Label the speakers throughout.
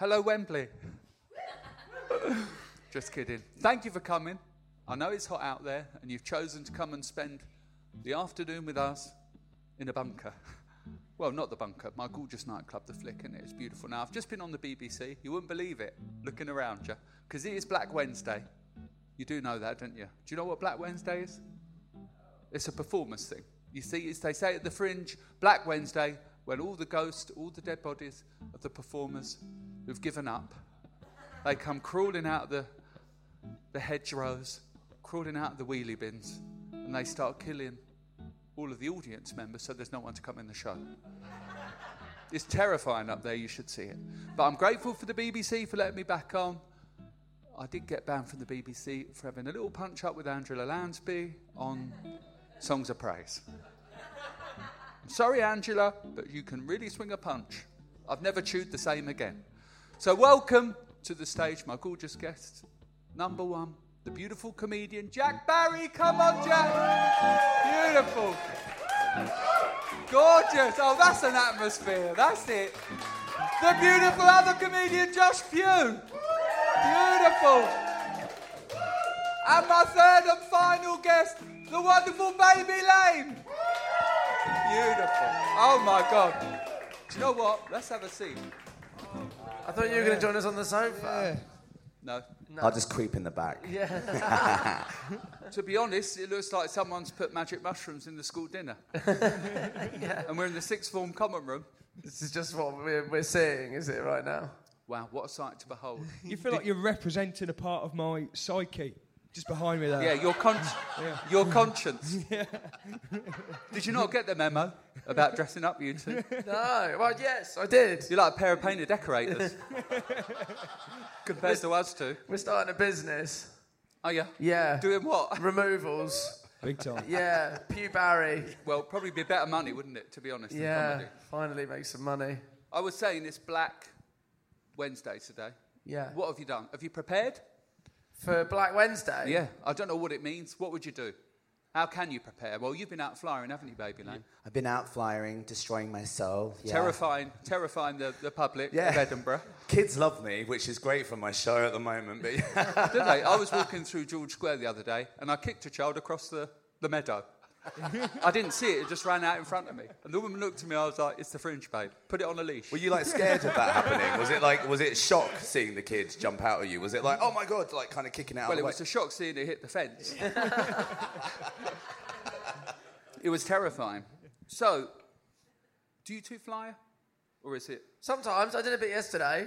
Speaker 1: Hello, Wembley. Just kidding. Thank you for coming. I know it's hot out there, and you've chosen to come and spend the afternoon with us in a bunker. Well, not the bunker, my gorgeous nightclub, The Flick, and it? it's beautiful. Now, I've just been on the BBC. You wouldn't believe it looking around you because it is Black Wednesday. You do know that, don't you? Do you know what Black Wednesday is? It's a performance thing. You see, it's, they say at the fringe, Black Wednesday, when all the ghosts, all the dead bodies of the performers who've given up, they come crawling out of the, the hedgerows, crawling out of the wheelie bins, and they start killing all of the audience members so there's no one to come in the show. it's terrifying up there, you should see it. But I'm grateful for the BBC for letting me back on. I did get banned from the BBC for having a little punch up with Angela Lansby on Songs of Praise. I'm sorry, Angela, but you can really swing a punch. I've never chewed the same again. So, welcome to the stage, my gorgeous guests. Number one, the beautiful comedian Jack Barry. Come on, Jack. Beautiful. Gorgeous. Oh, that's an atmosphere. That's it. The beautiful other comedian Josh Pugh. Beautiful. And my third and final guest, the wonderful Baby Lane. Beautiful. Oh my God. Do you know what? Let's have a seat.
Speaker 2: I thought you were going to join us on the sofa.
Speaker 1: No.
Speaker 3: I'll just creep in the back.
Speaker 1: To be honest, it looks like someone's put magic mushrooms in the school dinner. And we're in the sixth form common room.
Speaker 2: This is just what we're, we're seeing, is it, right now?
Speaker 1: Wow, what a sight to behold.
Speaker 4: You feel like you're representing a part of my psyche just behind me there.
Speaker 1: Yeah, your con- your conscience. Did you not get the memo about dressing up, you two?
Speaker 2: No, well, yes, I did.
Speaker 1: You're like a pair of painter decorators. Compared to us two.
Speaker 2: We're starting a business.
Speaker 1: Oh yeah.
Speaker 2: Yeah.
Speaker 1: Doing what?
Speaker 2: Removals.
Speaker 4: Big time.
Speaker 2: Yeah, Pew Barry.
Speaker 1: Well, probably be better money, wouldn't it? To be honest. than
Speaker 2: Yeah,
Speaker 1: comedy.
Speaker 2: finally make some money.
Speaker 1: I was saying it's Black Wednesday today.
Speaker 2: Yeah.
Speaker 1: What have you done? Have you prepared?
Speaker 2: For Black Wednesday?
Speaker 1: Yeah. I don't know what it means. What would you do? How can you prepare? Well, you've been out flying, haven't you, baby Lane?
Speaker 3: I've been out flyering, destroying my soul. Yeah.
Speaker 1: Terrifying, terrifying the, the public
Speaker 3: Yeah.
Speaker 1: of Edinburgh.
Speaker 3: Kids love me, which is great for my show at the moment. But yeah.
Speaker 1: Did they? I was walking through George Square the other day and I kicked a child across the, the meadow. I didn't see it, it just ran out in front of me. And the woman looked at me, I was like, it's the fringe, babe. Put it on a leash.
Speaker 3: were you like scared of that happening? Was it like was it shock seeing the kids jump out at you? Was it like oh my god, like kind of kicking out?
Speaker 1: Well,
Speaker 3: of
Speaker 1: it
Speaker 3: the way?
Speaker 1: was a shock seeing it hit the fence. it was terrifying. So, do you two fly? Or is it.
Speaker 2: Sometimes. I did a bit yesterday.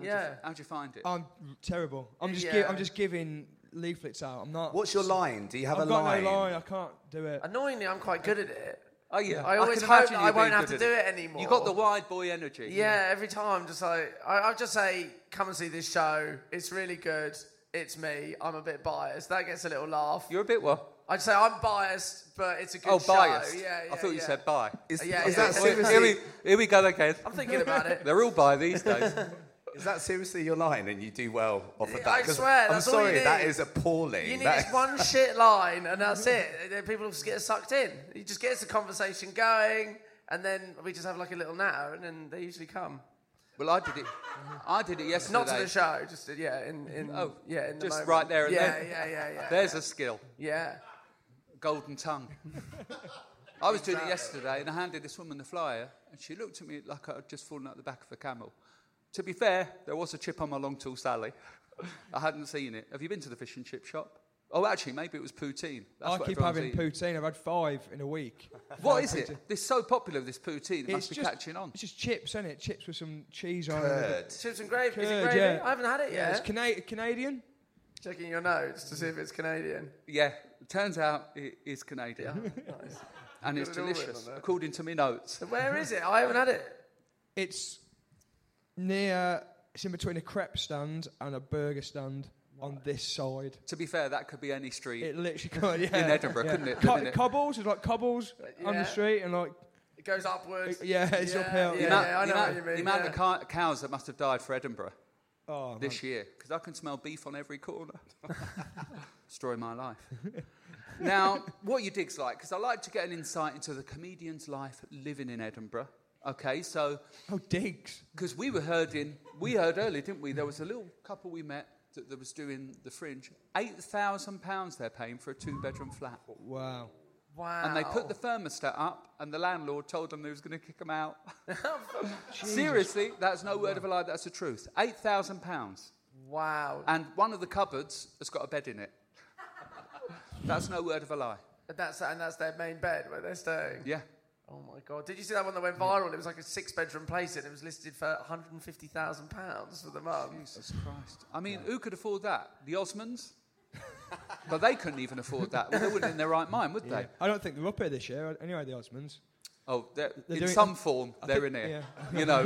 Speaker 2: yeah.
Speaker 1: How'd you find it?
Speaker 4: I'm terrible. I'm just, gi-
Speaker 2: Yeah.
Speaker 4: I'm just giving leaflets out. I'm not.
Speaker 3: What's your line? Do you have
Speaker 4: I've
Speaker 3: a
Speaker 4: got
Speaker 3: line?
Speaker 4: no line. I can't do it.
Speaker 2: Annoyingly, I'm quite good at it.
Speaker 1: oh, yeah.
Speaker 2: I always
Speaker 1: can
Speaker 2: hope
Speaker 1: imagine
Speaker 2: that I
Speaker 1: you being
Speaker 2: won't have
Speaker 1: good
Speaker 2: to
Speaker 1: at
Speaker 2: do it anymore.
Speaker 1: You got the wide boy energy.
Speaker 2: Yeah, every time, just like I, I just say, come and see this show. It's really good. It's me. I'm a bit biased. That gets a little laugh.
Speaker 1: You're a bit what?
Speaker 2: I'd say I'm biased, but it's a good
Speaker 1: Oh,
Speaker 2: show.
Speaker 1: biased.
Speaker 2: Yeah, yeah,
Speaker 1: I thought you
Speaker 2: yeah.
Speaker 1: said bye.
Speaker 3: Is,
Speaker 2: Yeah,
Speaker 3: is
Speaker 2: yeah,
Speaker 3: that
Speaker 2: yeah.
Speaker 1: Here
Speaker 3: seriously?
Speaker 1: here we, here we go again.
Speaker 2: I'm thinking about it.
Speaker 1: They're all by these days.
Speaker 3: Is that seriously your line? And you do well off of that?
Speaker 2: I
Speaker 3: 'Cause
Speaker 2: swear,
Speaker 3: I'm
Speaker 2: that's all you
Speaker 3: sorry, that
Speaker 2: need.
Speaker 3: is appalling.
Speaker 2: You need
Speaker 3: That
Speaker 2: this
Speaker 3: is-
Speaker 2: one shit line, and that's it. And then People just get sucked in. It just gets the conversation going, and then we just have like a little natter, and then they usually come.
Speaker 1: well, I did it. I did it yesterday.
Speaker 2: Not to the show, just uh, yeah, in, in
Speaker 1: Oh,
Speaker 2: yeah, in the
Speaker 1: just
Speaker 2: moment.
Speaker 1: right there and
Speaker 2: yeah,
Speaker 1: then.
Speaker 2: yeah, yeah, yeah.
Speaker 1: There's a skill.
Speaker 2: yeah.
Speaker 1: Golden tongue. I was doing it yesterday, and I handed this woman the flyer, and she looked at me like I'd just fallen out the back of a camel. To be fair, there was a chip on my long tool Sally. I hadn't seen it. Have you been to the fish and chip shop? Oh, actually, maybe it was poutine. That's
Speaker 4: I
Speaker 1: what
Speaker 4: keep
Speaker 1: everyone's
Speaker 4: having
Speaker 1: eating.
Speaker 4: poutine. I've had five in a week.
Speaker 1: What is it? It's so popular, this poutine. It must be
Speaker 4: just,
Speaker 1: catching on.
Speaker 4: It's just chips, isn't it? Chips with some cheese on it.
Speaker 3: Good.
Speaker 2: Chips and gravy. Is it
Speaker 4: Curd,
Speaker 2: gravy?
Speaker 4: yeah.
Speaker 2: I haven't had it
Speaker 4: It's
Speaker 2: yet.
Speaker 4: Cana- Canadian.
Speaker 2: Checking your notes to see if it's Canadian.
Speaker 1: Yeah, turns out it is Canadian. and it's
Speaker 2: Got an order
Speaker 1: delicious,
Speaker 2: on that.
Speaker 1: according to my notes.
Speaker 2: Where is it? I haven't had it.
Speaker 4: It's near. It's in between a crepe stand and a burger stand on this side.
Speaker 1: To be fair, that could be any street.
Speaker 4: It literally could, yeah.
Speaker 1: In Edinburgh,
Speaker 4: yeah.
Speaker 1: couldn't it,
Speaker 4: Co-
Speaker 1: didn't it?
Speaker 4: Cobbles, it's like cobbles on
Speaker 2: yeah.
Speaker 4: the street, and like
Speaker 2: It goes upwards.
Speaker 4: yeah, it's
Speaker 2: Yeah, yeah.
Speaker 4: uphill.
Speaker 1: the
Speaker 4: Yeah.
Speaker 1: amount,
Speaker 2: I
Speaker 1: the
Speaker 2: know
Speaker 1: amount-
Speaker 2: what you mean,
Speaker 1: the amount
Speaker 2: yeah.
Speaker 1: of cow- cows that must have died for Edinburgh
Speaker 4: Oh, man.
Speaker 1: this year, because I can smell beef on every corner. Story of my life. now, what are your digs like? Because I like to get an insight into the comedian's life living in Edinburgh. Okay, so
Speaker 4: Oh, digs.
Speaker 1: because we were herding, we heard earlier, didn't we? There was a little couple we met that, that was doing the fringe. Eight thousand pounds they're paying for a two-bedroom flat,
Speaker 4: Wow.
Speaker 2: Wow.
Speaker 1: and they put the thermostat up, and the landlord told them they was going to kick them out. Seriously, that's no word of a lie. That's the truth. Eight thousand pounds,
Speaker 2: wow.
Speaker 1: and one of the cupboards has got a bed in it. that's no word of a lie.
Speaker 2: And that's and that's their main bed where they're staying.
Speaker 1: Yeah.
Speaker 2: Oh my god! Did you see that one that went viral? It was like a six-bedroom place, and it was listed for 150,000 pounds for the mum.
Speaker 1: Jesus Christ. I mean, who could afford that? The Osmonds? but they couldn't even afford that. Well, they wouldn't in their right mind, would they?
Speaker 4: I don't think they're up here this year. Anyway, the Osmonds.
Speaker 1: Oh, they're, in
Speaker 4: doing-
Speaker 1: some form, they're
Speaker 4: think-
Speaker 1: in here. You know,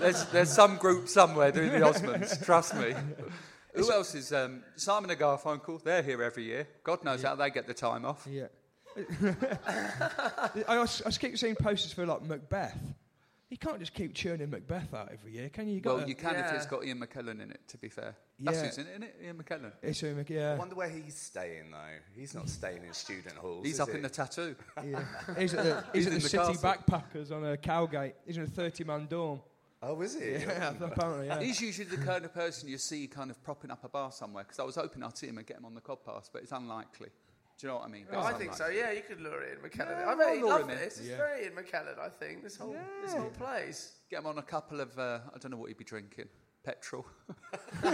Speaker 1: there's, there's some group somewhere doing the Osmonds, trust me. Who else is um, Simon and Garfunkel? They're here every year. God knows how they get the time off.
Speaker 4: Yeah. I, als- I just keep seeing posters for like Macbeth. You can't just keep churning Macbeth out every year, can you? you
Speaker 1: Well,
Speaker 4: gotta-
Speaker 1: you can if it's
Speaker 2: Yeah.
Speaker 1: got Ian McKellen in it, to be fair. That's
Speaker 4: Yeah.
Speaker 1: who's in it, isn't it? Ian McKellen.
Speaker 4: It's a Mac- yeah.
Speaker 3: I wonder where he's staying though. He's not staying in student halls.
Speaker 1: He's
Speaker 3: is
Speaker 1: up
Speaker 3: he?
Speaker 1: in the tattoo.
Speaker 4: He's at the, he's
Speaker 1: in
Speaker 4: at the
Speaker 1: the
Speaker 4: City
Speaker 1: castle.
Speaker 4: Backpackers on a Cowgate. He's in a 30 man dorm.
Speaker 3: oh, is he?
Speaker 4: Yeah, apparently, yeah.
Speaker 1: He's usually the kind of person you see kind of propping up a bar somewhere because I was hoping I'd see him and get him on the cod pass, but it's unlikely. Do you know what I mean? But
Speaker 2: I
Speaker 1: it's
Speaker 2: think
Speaker 1: unlikely.
Speaker 2: so. Yeah, you could lure it in McKellen.
Speaker 1: Yeah,
Speaker 2: I bet
Speaker 1: I'll
Speaker 2: he'd
Speaker 1: lure
Speaker 2: love
Speaker 1: him in.
Speaker 2: this. It's very in McKellen. I think this whole this whole place.
Speaker 1: Get him on a couple of, uh, I don't know what he'd be drinking, petrol.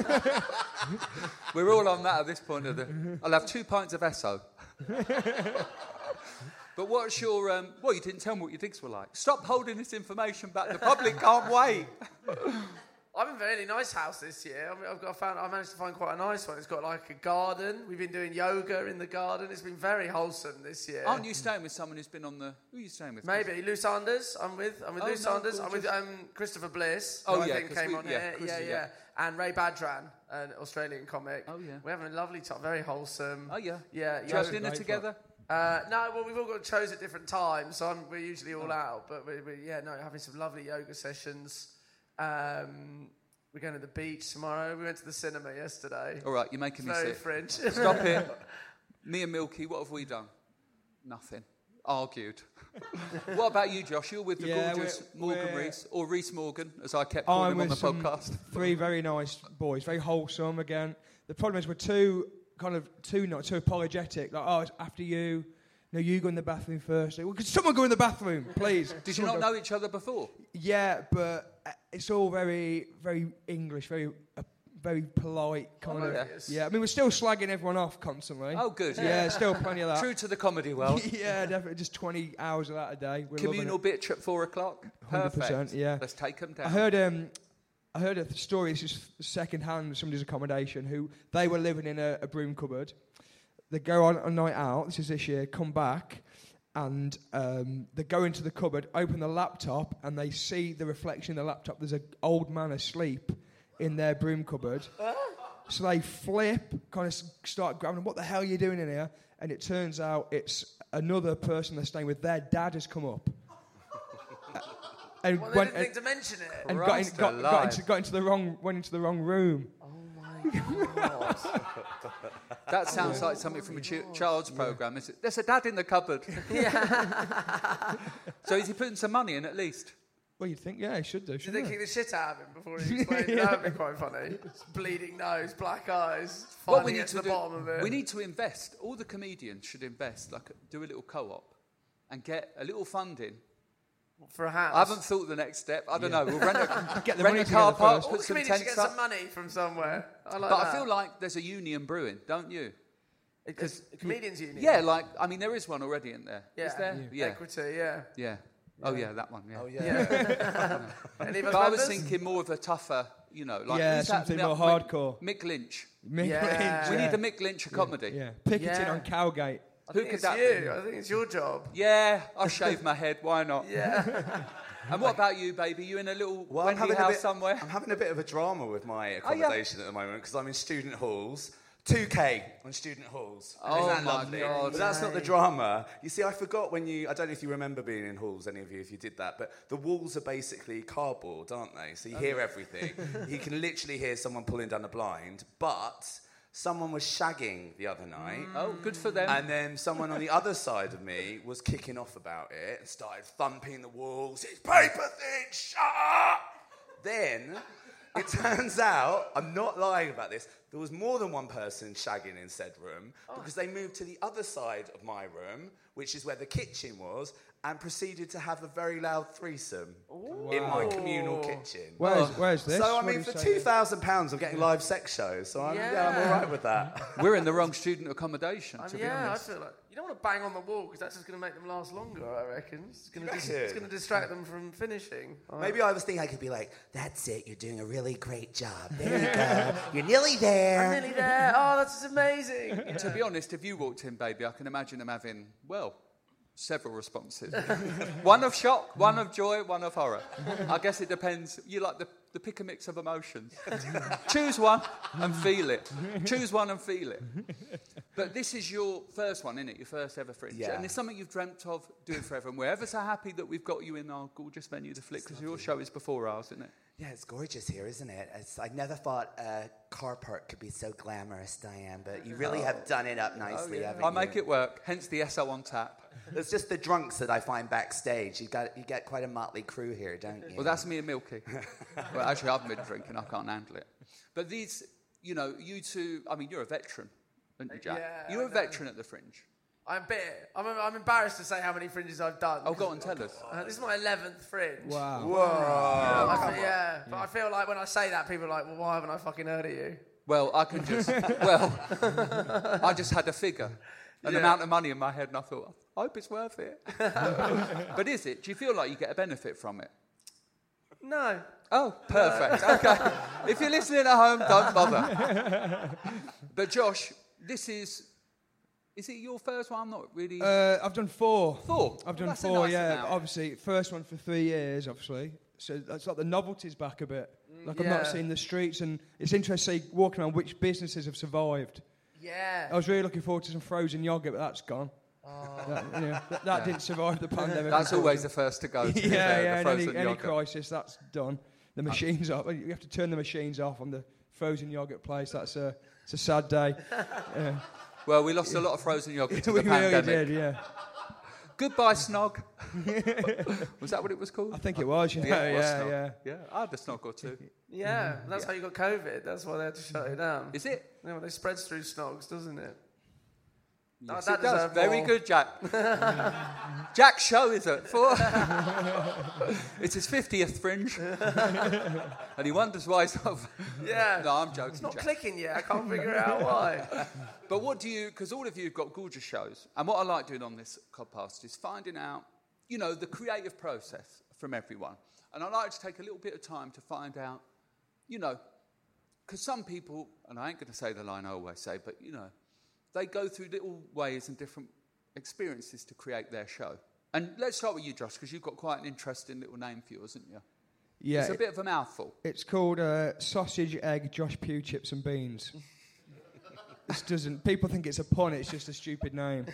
Speaker 1: We're all on that at this point. Of the, I'll have two pints of Esso. but what's your, um, well, you didn't tell me what your digs were like. Stop holding this information back. The public can't wait.
Speaker 2: I'm in a fairly nice house this year. I mean, I've got I found I managed to find quite a nice one. It's got like a garden. We've been doing yoga in the garden. It's been very wholesome this year.
Speaker 1: Aren't you staying with someone who's been on the, who are you staying with?
Speaker 2: Maybe Lou Sanders. I'm with. I'm with
Speaker 1: Oh,
Speaker 2: Lou
Speaker 1: no,
Speaker 2: Sanders. I'm with
Speaker 1: gorgeous.
Speaker 2: um, Christopher Bliss.
Speaker 1: Oh,
Speaker 2: who
Speaker 1: yeah,
Speaker 2: I think
Speaker 1: 'cause
Speaker 2: came
Speaker 1: we-
Speaker 2: on
Speaker 1: yeah,
Speaker 2: here. Yeah,
Speaker 1: Chrissy,
Speaker 2: yeah,
Speaker 1: yeah.
Speaker 2: And Ray Badran, an Australian comic.
Speaker 1: Oh, yeah.
Speaker 2: We're having a lovely time. Very wholesome.
Speaker 1: Oh, yeah.
Speaker 2: Yeah.
Speaker 1: Do you
Speaker 2: yeah.
Speaker 1: have dinner
Speaker 4: Great
Speaker 1: together?
Speaker 2: Uh, no, well, we've all got shows at different times, so I'm, we're usually
Speaker 1: Oh.
Speaker 2: all out. But we, we, yeah, no, having some lovely yoga sessions. Um, we're going to the beach tomorrow. We went to the cinema yesterday.
Speaker 1: All right, you're making me
Speaker 2: Very
Speaker 1: sick.
Speaker 2: French.
Speaker 1: Stop it. Me and Milky, what have we done? Nothing. Argued. what about you, Josh? You're with the
Speaker 4: Yeah,
Speaker 1: gorgeous
Speaker 4: we're-
Speaker 1: Morgan
Speaker 4: we're- Oh,
Speaker 1: Reese, or Reese Morgan, as I kept calling him on the
Speaker 4: some
Speaker 1: podcast.
Speaker 4: Three very nice boys, very wholesome again. The problem is we're too kind of too not too apologetic. Like, oh, it's after you. No, you go in the bathroom first. Like, well, could someone go in the bathroom, please?
Speaker 1: Did you
Speaker 4: Someone
Speaker 1: not
Speaker 4: go-
Speaker 1: know each other before?
Speaker 4: Yeah, but uh, it's all very, very English, very, uh, very polite kind of.
Speaker 1: yeah.
Speaker 4: Yeah, I mean we're still slagging everyone off constantly.
Speaker 1: Oh, good.
Speaker 4: Yeah, still plenty of that.
Speaker 1: True to the comedy world.
Speaker 4: yeah, definitely. Just 20 hours of that a day. We're loving
Speaker 1: Communal
Speaker 4: it.
Speaker 1: bitch at four o'clock.
Speaker 4: 100%,
Speaker 1: Perfect.
Speaker 4: yeah.
Speaker 1: Let's take them down.
Speaker 4: I heard um, I heard a story. This is second hand. Somebody's accommodation. Who they were living in a, a broom cupboard. They go on a night out. This is this year. Come back, and um, they go into the cupboard, open the laptop, and they see the reflection in the laptop. There's an old man asleep in their broom cupboard. So they flip, kind of start grabbing him. What the hell are you doing in here? And it turns out it's another person they're staying with. Their dad has come up. and
Speaker 2: well, they
Speaker 4: went
Speaker 2: didn't
Speaker 4: and-
Speaker 2: think to mention it.
Speaker 4: and got, in,
Speaker 1: Christ
Speaker 4: got, got,
Speaker 1: alive.
Speaker 4: into, got into the wrong went into the wrong room.
Speaker 1: That sounds like something from a chi- child's program. Is it? There's a dad in the cupboard. so is he putting some money in at least?
Speaker 4: Well, you'd think, yeah, he should do.
Speaker 2: Did
Speaker 4: Shouldn't
Speaker 2: they
Speaker 4: they?
Speaker 2: kick the shit out of him before he explained? That would be quite funny. Bleeding nose, black eyes.
Speaker 1: What we
Speaker 2: finally
Speaker 1: need
Speaker 2: get
Speaker 1: to
Speaker 2: to the
Speaker 1: do-
Speaker 2: bottom of it.
Speaker 1: We need to invest. All the comedians should invest, like do a little co-op, and get a little funding.
Speaker 2: for a house.
Speaker 1: I haven't thought of the next step. I don't know. We'll rent a,
Speaker 4: Get the
Speaker 1: rent
Speaker 4: money
Speaker 1: a car
Speaker 4: together
Speaker 1: park,
Speaker 4: first.
Speaker 2: All
Speaker 1: put
Speaker 2: the
Speaker 1: some
Speaker 2: comedians should
Speaker 1: tents
Speaker 2: get
Speaker 1: up.
Speaker 2: some money from somewhere. I like
Speaker 1: but
Speaker 2: that.
Speaker 1: I feel like there's a union brewing, don't you?
Speaker 2: because comedians union.
Speaker 1: Yeah, like I mean, there is one already in there.
Speaker 2: yeah.
Speaker 1: Is there? Yeah.
Speaker 2: Equity. Yeah.
Speaker 1: yeah. Oh yeah, that one. Yeah.
Speaker 3: Oh yeah.
Speaker 2: Any of us
Speaker 1: But I was
Speaker 2: members?
Speaker 1: thinking more of a tougher, you know, like
Speaker 4: Yeah,
Speaker 1: who's that-
Speaker 4: something
Speaker 1: that
Speaker 4: more
Speaker 1: Mick-
Speaker 4: hardcore.
Speaker 1: Mick Lynch.
Speaker 4: Mick
Speaker 2: Yeah.
Speaker 4: Lynch,
Speaker 1: We
Speaker 4: yeah.
Speaker 1: need the Mick Lynch of comedy.
Speaker 4: yeah. Picketing
Speaker 2: Yeah.
Speaker 4: on Cowgate.
Speaker 2: I
Speaker 1: Who
Speaker 2: think
Speaker 1: could
Speaker 2: it's
Speaker 1: that
Speaker 2: you.
Speaker 1: be?
Speaker 2: I think it's your job.
Speaker 1: Yeah, I shave my head. Why not?
Speaker 2: Yeah.
Speaker 1: And what about you, baby? You in a little
Speaker 3: Well, I'm
Speaker 1: Wendy
Speaker 3: having, a
Speaker 1: house
Speaker 3: bit,
Speaker 1: somewhere? Oh,
Speaker 3: I'm having a bit of a drama with my accommodation at the moment because I'm in student halls. 2K on student halls.
Speaker 1: Oh
Speaker 3: Isn't that
Speaker 1: my
Speaker 3: lovely?
Speaker 1: God.
Speaker 3: But that's not the drama. You see, I forgot when you, I don't know if you remember being in halls, any of you, if you did that, but the walls are basically cardboard, aren't they? So you hear
Speaker 1: Oh.
Speaker 3: everything. you can literally hear someone pulling down a blind, but someone was shagging the other night.
Speaker 1: Oh, good for them.
Speaker 3: And then someone on the other side of me was kicking off about it and started thumping the walls. It's paper thin, shut up! Then it turns out, I'm not lying about this, there was more than one person shagging in said room because they moved to the other side of my room, which is where the kitchen was, and proceeded to have a very loud threesome in my communal kitchen.
Speaker 4: Where's, where's this?
Speaker 3: so, I
Speaker 4: What
Speaker 3: mean,
Speaker 4: is
Speaker 3: for
Speaker 4: that?
Speaker 3: £2,000, I'm getting live sex shows, so I'm, yeah, I'm all right with that.
Speaker 1: We're in the wrong student accommodation,
Speaker 2: I
Speaker 1: to
Speaker 2: mean,
Speaker 1: be
Speaker 2: yeah, I
Speaker 1: honest.
Speaker 2: feel like you don't want to bang on the wall because that's just going to make them last longer. I reckon it's going to dis- it's
Speaker 3: reckon?
Speaker 2: going to distract them from finishing. I-
Speaker 3: Maybe I was thinking I could be like, that's it, you're doing a really great job. There you go. You're nearly there.
Speaker 2: I'm nearly there. Oh, that's amazing.
Speaker 1: To be honest, if you walked in, baby, I can imagine them having, well, several responses. one of shock, one of joy, one of horror. I guess it depends. You like the, the pick a mix of emotions. Choose one and feel it. Choose one and feel it. But this is your first one, isn't it? Your first ever fringe.
Speaker 3: Yeah.
Speaker 1: And it's something you've dreamt of doing forever. And we're ever so happy that we've got you in our gorgeous venue, The Flick, because your show is before ours, isn't it?
Speaker 3: Yeah, it's gorgeous here, isn't it? It's, I never thought a car park could be so glamorous, Diane, but you really have done it up nicely, haven't
Speaker 1: I
Speaker 3: you?
Speaker 1: make it work, hence the SO on tap.
Speaker 3: It's just the drunks that I find backstage. You got you get quite a motley crew here, don't you?
Speaker 1: Well, that's me and Milky. well, actually, I've been drinking. I can't handle it. But these, you know, you two. I mean, you're a veteran, aren't you, Jack?
Speaker 2: Yeah,
Speaker 1: you're
Speaker 2: I
Speaker 1: a veteran at the Fringe.
Speaker 2: I'm bit. I'm, I'm embarrassed to say how many fringes I've done.
Speaker 1: Oh, go on, tell us.
Speaker 2: Uh, this is my eleventh fringe.
Speaker 4: Wow.
Speaker 2: I feel- yeah, but I feel like when I say that, people are like, "Well, why haven't I fucking heard of you?"
Speaker 1: Well, I can just. well, I just had a figure, an
Speaker 2: Yeah.
Speaker 1: amount of money in my head, and I thought, I hope it's worth it. but is it? Do you feel like you get a benefit from it?
Speaker 2: No.
Speaker 1: Oh, perfect. okay. If you're listening at home, don't bother. but Josh, this is. Is it your first one? I'm not really.
Speaker 4: Uh, I've done four.
Speaker 1: Four?
Speaker 4: I've
Speaker 1: Well,
Speaker 4: done
Speaker 1: that's a
Speaker 4: four.
Speaker 1: nice
Speaker 4: yeah,
Speaker 1: amount.
Speaker 4: obviously, first one for three years, obviously. So that's like the novelty's back a bit. Like I've
Speaker 2: yeah.
Speaker 4: not seen the streets, and it's interesting to see walking around which businesses have survived.
Speaker 2: Yeah.
Speaker 4: I was really looking forward to some frozen yogurt, but that's gone. That, you know, that, that didn't survive the pandemic.
Speaker 1: That's always the first to go. To
Speaker 4: yeah,
Speaker 1: be fair,
Speaker 4: yeah.
Speaker 1: the
Speaker 4: and
Speaker 1: frozen
Speaker 4: any, any
Speaker 1: yogurt. Uh,
Speaker 4: crisis, that's done. The machines off. You have to turn the machines off on the frozen yogurt place. That's a it's a sad day.
Speaker 1: Well, we lost a lot of frozen yogurt to
Speaker 4: we
Speaker 1: the pandemic.
Speaker 4: really did. Yeah,
Speaker 1: Goodbye, snog. was that what it was called?
Speaker 4: I think it was. You know, yeah,
Speaker 1: it was
Speaker 4: yeah,
Speaker 1: snog.
Speaker 4: yeah.
Speaker 1: yeah. I had a snog or two.
Speaker 2: yeah. That's how you got COVID. That's why they had to shut it down.
Speaker 1: Is it?
Speaker 2: Yeah, well, they spreads through snogs, doesn't it? No,
Speaker 1: Yes,
Speaker 2: that
Speaker 1: it does.
Speaker 2: deserved
Speaker 1: Very
Speaker 2: more.
Speaker 1: good, Jack. Jack show is it? For it's his fiftieth fringe, and he wonders why he's not.
Speaker 2: Yeah.
Speaker 1: No, I'm joking.
Speaker 2: It's not
Speaker 1: Jack.
Speaker 2: clicking yet. I can't figure out why.
Speaker 1: But what do you, because all of you have got gorgeous shows, and what I like doing on this podcast is finding out, you know, the creative process from everyone. And I like to take a little bit of time to find out, you know, because some people, and I ain't going to say the line I always say, but, you know, they go through little ways and different experiences to create their show. And let's start with you, Josh, because you've got quite an interesting little name for yours, haven't you?
Speaker 4: Yeah,
Speaker 1: it's a
Speaker 4: it-
Speaker 1: bit of a mouthful.
Speaker 4: It's called uh, sausage, egg, Josh Pugh chips and beans. this doesn't. People think it's a pun. It's just a stupid name,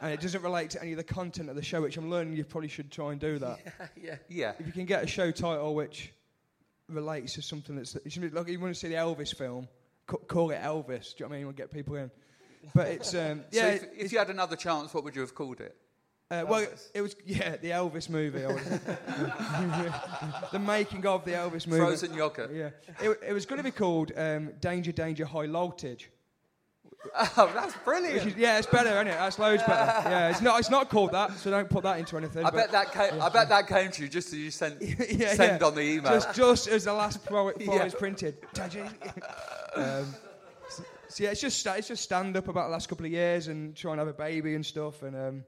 Speaker 4: and it doesn't relate to any of the content of the show. Which I'm learning you probably should try and do that.
Speaker 2: yeah.
Speaker 1: Yeah.
Speaker 4: If you can get a show title which relates to something that's it's a bit like you want to see the Elvis film, ca- call it Elvis. Do you know what I mean? We'll get people in. But it's um, yeah.
Speaker 1: so if,
Speaker 4: it-
Speaker 1: if you had another chance, what would you have called it?
Speaker 4: Uh, well, it was yeah the Elvis movie. I would- the making of the Elvis movie.
Speaker 1: Frozen yogurt.
Speaker 4: Yeah, it, it was going to be called um, Danger, Danger, High Voltage.
Speaker 1: Oh, that's brilliant.
Speaker 4: Which is, yeah, it's better, isn't it? That's loads better. Yeah, it's not, it's not called that, so don't put that into anything.
Speaker 1: I bet
Speaker 4: but-
Speaker 1: that came. I bet that came to you just as you sent
Speaker 4: Yeah,
Speaker 1: send
Speaker 4: yeah.
Speaker 1: on the email.
Speaker 4: Just, just as the last pro pro
Speaker 1: Yeah.
Speaker 4: is printed. Danger- um, so, so yeah, it's just sta- it's just stand up about the last couple of years and trying to have a baby and stuff, and um,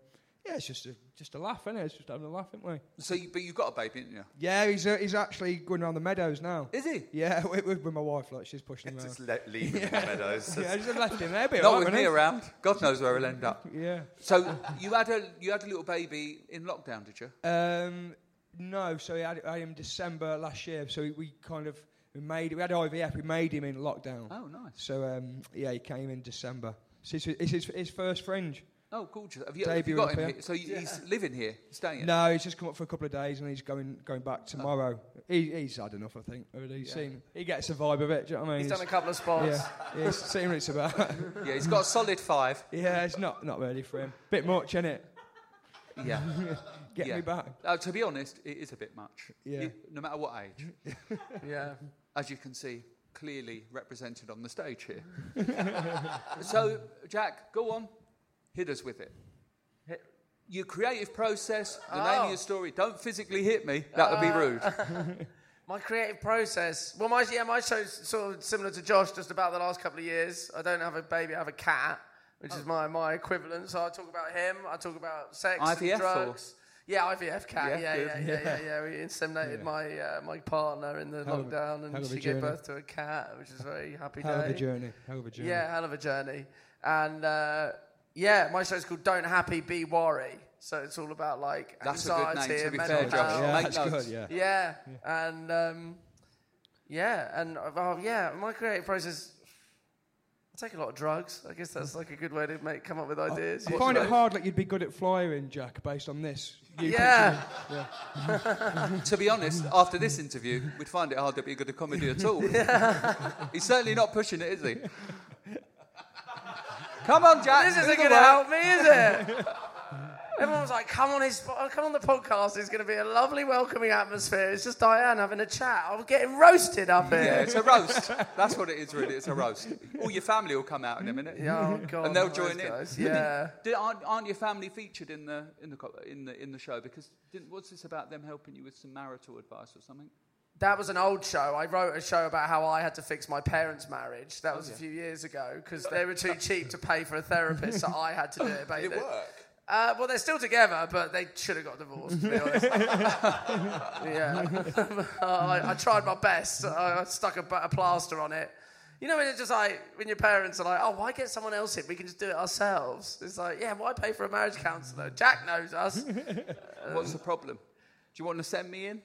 Speaker 4: Yeah, it's just a, just a laugh, isn't it? It's just having a laugh, isn't we?
Speaker 1: So, you, but you've got a baby, haven't you?
Speaker 4: Yeah, he's, uh, he's actually going around the meadows now.
Speaker 1: Is he?
Speaker 4: Yeah, with, with, with my wife, like she's pushing him
Speaker 3: Just
Speaker 4: around.
Speaker 3: le- leave him in the meadows.
Speaker 4: Yeah, I eh? just left him there. it'd be
Speaker 1: Not
Speaker 4: alright,
Speaker 1: with me
Speaker 4: wouldn't
Speaker 1: around. God knows where he'll end up.
Speaker 4: it? Yeah.
Speaker 1: So you had a you had a little baby in lockdown, did you?
Speaker 4: Um, no, so we had, I had him December last year. So we, we kind of we made we had IVF. We made him in lockdown.
Speaker 1: Oh, nice.
Speaker 4: So um, yeah, he came in December. So it's, it's his, his first fringe.
Speaker 1: Oh, gorgeous. Have you, have you
Speaker 4: Debut
Speaker 1: got
Speaker 4: up
Speaker 1: him?
Speaker 4: here.
Speaker 1: Here? So you- he's living here, staying.
Speaker 4: No, he's just come up for a couple of days and he's going going back tomorrow. He, he's had enough, I think. already. He's seen, he gets the vibe of it. Do you know what I mean?
Speaker 2: He's done a couple of spots.
Speaker 4: yeah, he's seen what it's about.
Speaker 1: Yeah, he's got a solid five.
Speaker 4: yeah, it's not not really for him. Bit much, is it?
Speaker 1: Yeah.
Speaker 4: Get
Speaker 1: yeah.
Speaker 4: me back.
Speaker 1: Uh, to be honest, it is a bit much.
Speaker 4: Yeah.
Speaker 1: You- no matter what age,
Speaker 2: Yeah.
Speaker 1: as you can see, clearly represented on the stage here. so, Jack, go on, hit us with it. Your creative process, the name
Speaker 2: Oh.
Speaker 1: of your story. Don't physically hit me. That would be
Speaker 2: Uh.
Speaker 1: rude.
Speaker 2: My creative process. Well, my yeah, my show's sort of similar to Josh, just about the last couple of years. I don't have a baby, I have a cat, which is my, my equivalent. So I talk about him. I talk about sex,
Speaker 1: IVF or-
Speaker 2: and drugs. Yeah, IVF cat.
Speaker 1: Yeah,
Speaker 2: Yeah, yeah,
Speaker 1: good.
Speaker 2: yeah, yeah, yeah, We inseminated my uh, my partner in the
Speaker 4: Hell of a-
Speaker 2: lockdown,
Speaker 4: hell
Speaker 2: and
Speaker 4: of a
Speaker 2: she gave
Speaker 4: journey.
Speaker 2: birth to a cat, which is a very happy
Speaker 4: Hell of
Speaker 2: day.
Speaker 4: a journey. Hell of a journey.
Speaker 2: Uh, Yeah, hell of a journey. And uh, yeah, my show's called Don't Happy Be Worry. So it's all about like
Speaker 1: That's a good
Speaker 2: anxiety
Speaker 1: name, to
Speaker 2: and
Speaker 1: be
Speaker 2: mental
Speaker 1: fair, Josh.
Speaker 2: health.
Speaker 4: Yeah,
Speaker 1: Make
Speaker 4: that's
Speaker 1: notes.
Speaker 4: good. Yeah.
Speaker 2: Yeah, and um, yeah, and uh, oh, yeah, my creative process. I take a lot of drugs. I guess that's like a good way to make come up with ideas.
Speaker 4: I
Speaker 2: You
Speaker 4: find
Speaker 2: know.
Speaker 4: it hard like you'd be good at flying, Jack, based on this. You
Speaker 2: Yeah,
Speaker 1: to be honest, after this interview, we'd find it hard to be good at comedy at all. He's certainly not pushing it, is he? Come on, Jack.
Speaker 2: this
Speaker 1: do
Speaker 2: isn't
Speaker 1: the
Speaker 2: going to
Speaker 1: work.
Speaker 2: help me, is it? Everyone was like, "Come on, his, oh, come on the podcast. It's going to be a lovely, welcoming atmosphere. It's just Diane having a chat. I'm getting roasted up
Speaker 1: Yeah,
Speaker 2: here.
Speaker 1: it's a roast. That's what it is, really. It's a roast. All your family will come out in a minute.
Speaker 2: Yeah, oh, God,
Speaker 1: and they'll
Speaker 2: those
Speaker 1: join in.
Speaker 2: guys.
Speaker 1: But
Speaker 2: Yeah.
Speaker 1: did- aren't, aren't your family featured in the in the co- in the in the show? Because didn't, what's this about them helping you with some marital advice or something?
Speaker 2: That was an old show. I wrote a show about how I had to fix my parents' marriage. That was a few years ago because they were too cheap to pay for a therapist, so I had to do it. Basically.
Speaker 3: Did it work?
Speaker 2: Uh, well, they're still together, but they should have got divorced. To be honest, yeah, I, I tried my best. I, I stuck a, ba- a plaster on it. You know, when it's just like when your parents are like, "Oh, why get someone else in? We can just do it ourselves." It's like, yeah, why pay for a marriage counsellor? Jack knows us. Um,
Speaker 1: What's the problem? Do you want to send me in?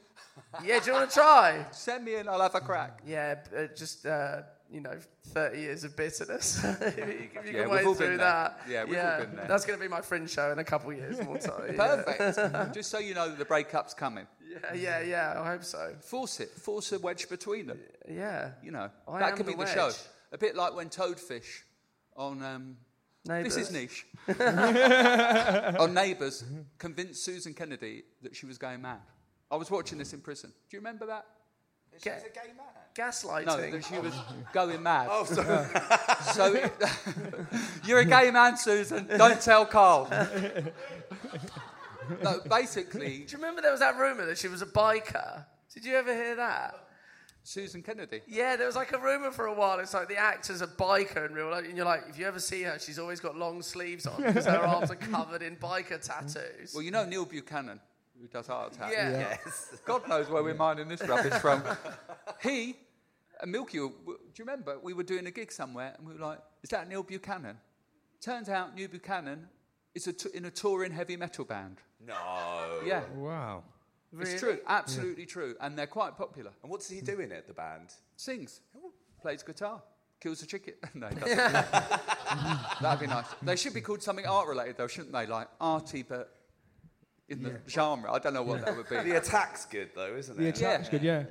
Speaker 2: Yeah, do you want to try?
Speaker 1: Send me in. I'll have a crack.
Speaker 2: Yeah, b- uh, just uh, you know, thirty years of bitterness. if you, if you
Speaker 1: Yeah,
Speaker 2: can
Speaker 1: we've
Speaker 2: wade
Speaker 1: all
Speaker 2: through
Speaker 1: been there.
Speaker 2: that.
Speaker 1: Yeah, we've all been there.
Speaker 2: That's going to be my fringe show in a couple of years. More time.
Speaker 1: Perfect. Just so you know that the breakup's coming.
Speaker 2: Yeah, yeah, yeah. I hope so.
Speaker 1: Force it. Force a wedge between them.
Speaker 2: Yeah,
Speaker 1: You know,
Speaker 2: I
Speaker 1: that
Speaker 2: am
Speaker 1: could
Speaker 2: the
Speaker 1: be the show.
Speaker 2: wedge.
Speaker 1: A bit like when Toadfish on. Um, this is
Speaker 2: Neighbours.
Speaker 1: niche. on Neighbours convinced Susan Kennedy that she was going mad. I was watching this in prison. Do you remember that?
Speaker 2: Ga-
Speaker 3: He's a gay man.
Speaker 2: gaslighting.
Speaker 1: No, that she was going mad.
Speaker 3: Oh, sorry.
Speaker 1: So it- you're a gay man, Susan. Don't tell Carl. no, basically,
Speaker 2: Do you remember there was that rumor that she was a biker? Did you ever hear that?
Speaker 1: Susan Kennedy.
Speaker 2: Yeah, there was like a rumor for a while. It's like the actor's a biker in real life, and you're like, if you ever see her, she's always got long sleeves on because her arms are covered in biker tattoos.
Speaker 1: Well, you know Neil Buchanan, who does Art Attack.
Speaker 2: yeah.
Speaker 1: God knows where we're mining this rubbish from. he, and Milky, w- do you remember? We were doing a gig somewhere and we were like, is that Neil Buchanan? Turns out Neil Buchanan is a t- in a touring heavy metal band.
Speaker 3: No.
Speaker 1: Yeah,
Speaker 4: Wow.
Speaker 2: Really?
Speaker 1: it's true. Absolutely true. And they're quite popular.
Speaker 3: And what's he doing at the band?
Speaker 1: Sings, Oh, plays guitar, kills a chicken. no, he doesn't. That'd be nice. They should be called something art related though, shouldn't they? Like arty, but in the genre. I don't know what that would be.
Speaker 3: The attack's good though, isn't
Speaker 4: The
Speaker 3: it?
Speaker 4: attack's good. Yeah.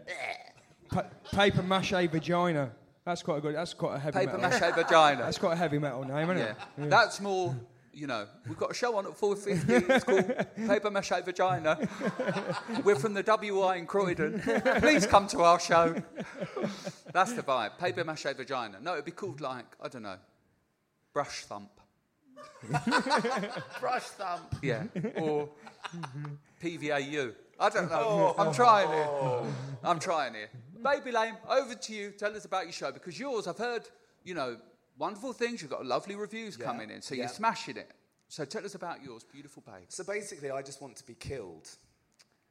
Speaker 4: Pa- paper mache vagina. That's quite a good. That's quite a heavy
Speaker 1: Paper
Speaker 4: metal.
Speaker 1: mache vagina.
Speaker 4: That's quite a heavy metal name, isn't
Speaker 1: Yeah.
Speaker 4: it?
Speaker 1: That's more, you know, we've got a show on at 4.50. It's called Paper Mache Vagina. We're from the WI in Croydon. Please come to our show. That's the vibe. Paper Mache Vagina. No, it'd be called like, I don't know, Brush Thump.
Speaker 2: Brush thump.
Speaker 1: Yeah. Or PVAU. I don't know. I'm trying here. I'm trying here. Baby Lame, over to you. Tell us about your show because yours, I've heard, you know, wonderful things. You've got lovely reviews coming in. So you're smashing it. So tell us about yours, beautiful babe.
Speaker 3: So basically, I just want to be killed.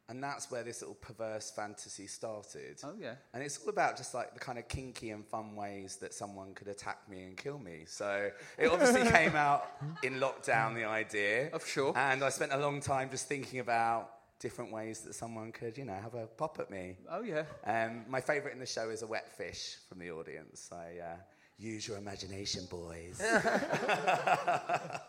Speaker 3: And that's where this little perverse fantasy started.
Speaker 1: Oh, yeah.
Speaker 3: And it's all about just like the kind of kinky and fun ways that someone could attack me and kill me. So it obviously came out in lockdown, the idea.
Speaker 1: Of sure.
Speaker 3: And I spent a long time just thinking about different ways that someone could, you know, have a pop at me.
Speaker 1: Oh yeah.
Speaker 3: Um, my favourite in the show is a wet fish from the audience. I uh, use your imagination, boys.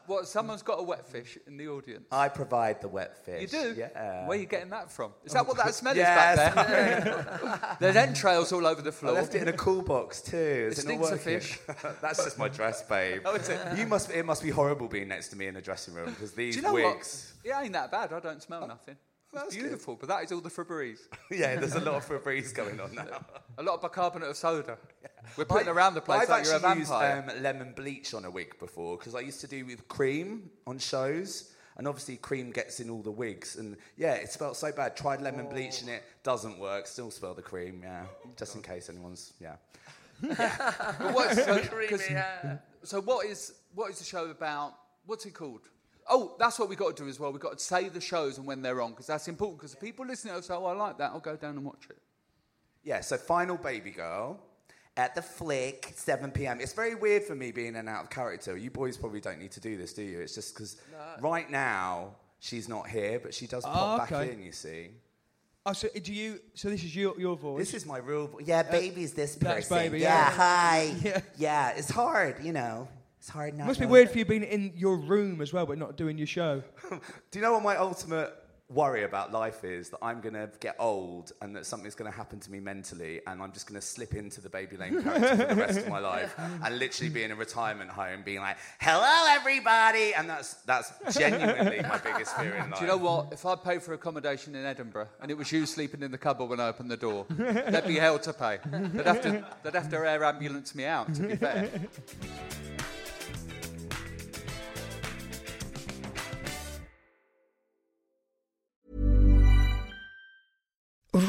Speaker 1: What? Someone's got a wet fish in the audience.
Speaker 3: I provide the wet fish.
Speaker 1: You do?
Speaker 3: Uh, Yeah.
Speaker 1: Where are you getting that from? Is that what that smell
Speaker 3: Yeah,
Speaker 1: is back there? There's entrails all over the
Speaker 3: I
Speaker 1: floor.
Speaker 3: left it in a cool box too. Is
Speaker 1: It stinks
Speaker 3: not
Speaker 1: of
Speaker 3: working?
Speaker 1: fish.
Speaker 3: That's just my dress, babe.
Speaker 1: Oh, is it?
Speaker 3: You must. It must be horrible being next to me in the dressing room because these
Speaker 1: Do you know
Speaker 3: wigs. Oh,
Speaker 1: what? It ain't that bad. I don't smell nothing.
Speaker 3: that's
Speaker 1: It's
Speaker 3: good.
Speaker 1: beautiful, but that is all the Febreze.
Speaker 3: yeah, there's a lot of Febreze going on now.
Speaker 1: A lot of bicarbonate of soda. We're putting around the place
Speaker 3: I've
Speaker 1: like you're a
Speaker 3: actually
Speaker 1: vampire.
Speaker 3: used um, lemon bleach on a wig before because I used to do with cream on shows, and obviously cream gets in all the wigs, and yeah, it smelled so bad. Tried lemon
Speaker 1: Oh.
Speaker 3: bleach and it doesn't work. Still smell the cream. Yeah, just in case anyone's yeah.
Speaker 1: But what's- so, 'cause-
Speaker 2: Creamy, yeah.
Speaker 1: so what is what is the show about? What's it called? Oh, that's what we got to do as well. We've got to say the shows and when they're on because that's important. Because people listening will say, "Oh, I like that. I'll go down and watch it."
Speaker 3: Yeah, so Final Baby Girl at the flick, 7 p.m. It's very weird for me being an out of character. You boys probably don't need to do this, do you? It's just because right now she's not here, but she does pop back
Speaker 4: Oh, okay.
Speaker 3: in, you see.
Speaker 4: Oh, so do you? So this is your your voice.
Speaker 3: This is my real vo- Yeah, baby's this
Speaker 4: that's
Speaker 3: person.
Speaker 4: Uh, baby,
Speaker 3: yeah.
Speaker 4: yeah.
Speaker 3: hi.
Speaker 4: Yeah.
Speaker 3: Yeah. yeah, it's hard, you know. It's hard not
Speaker 4: Must be
Speaker 3: knowing.
Speaker 4: weird for you being in your room as well, but not doing your show.
Speaker 3: Do you know what my ultimate worry about life is? That I'm going to get old and that something's going to happen to me mentally and I'm just going to slip into the Baby Lane character for the rest of my life and literally be in a retirement home being like, hello, everybody. And that's, that's genuinely my biggest fear in life.
Speaker 1: Do you know what? If I paid for accommodation in Edinburgh and it was you sleeping in the cupboard when I opened the door, they'd be hell to pay. They'd have to, they'd have to air ambulance me out, to be fair.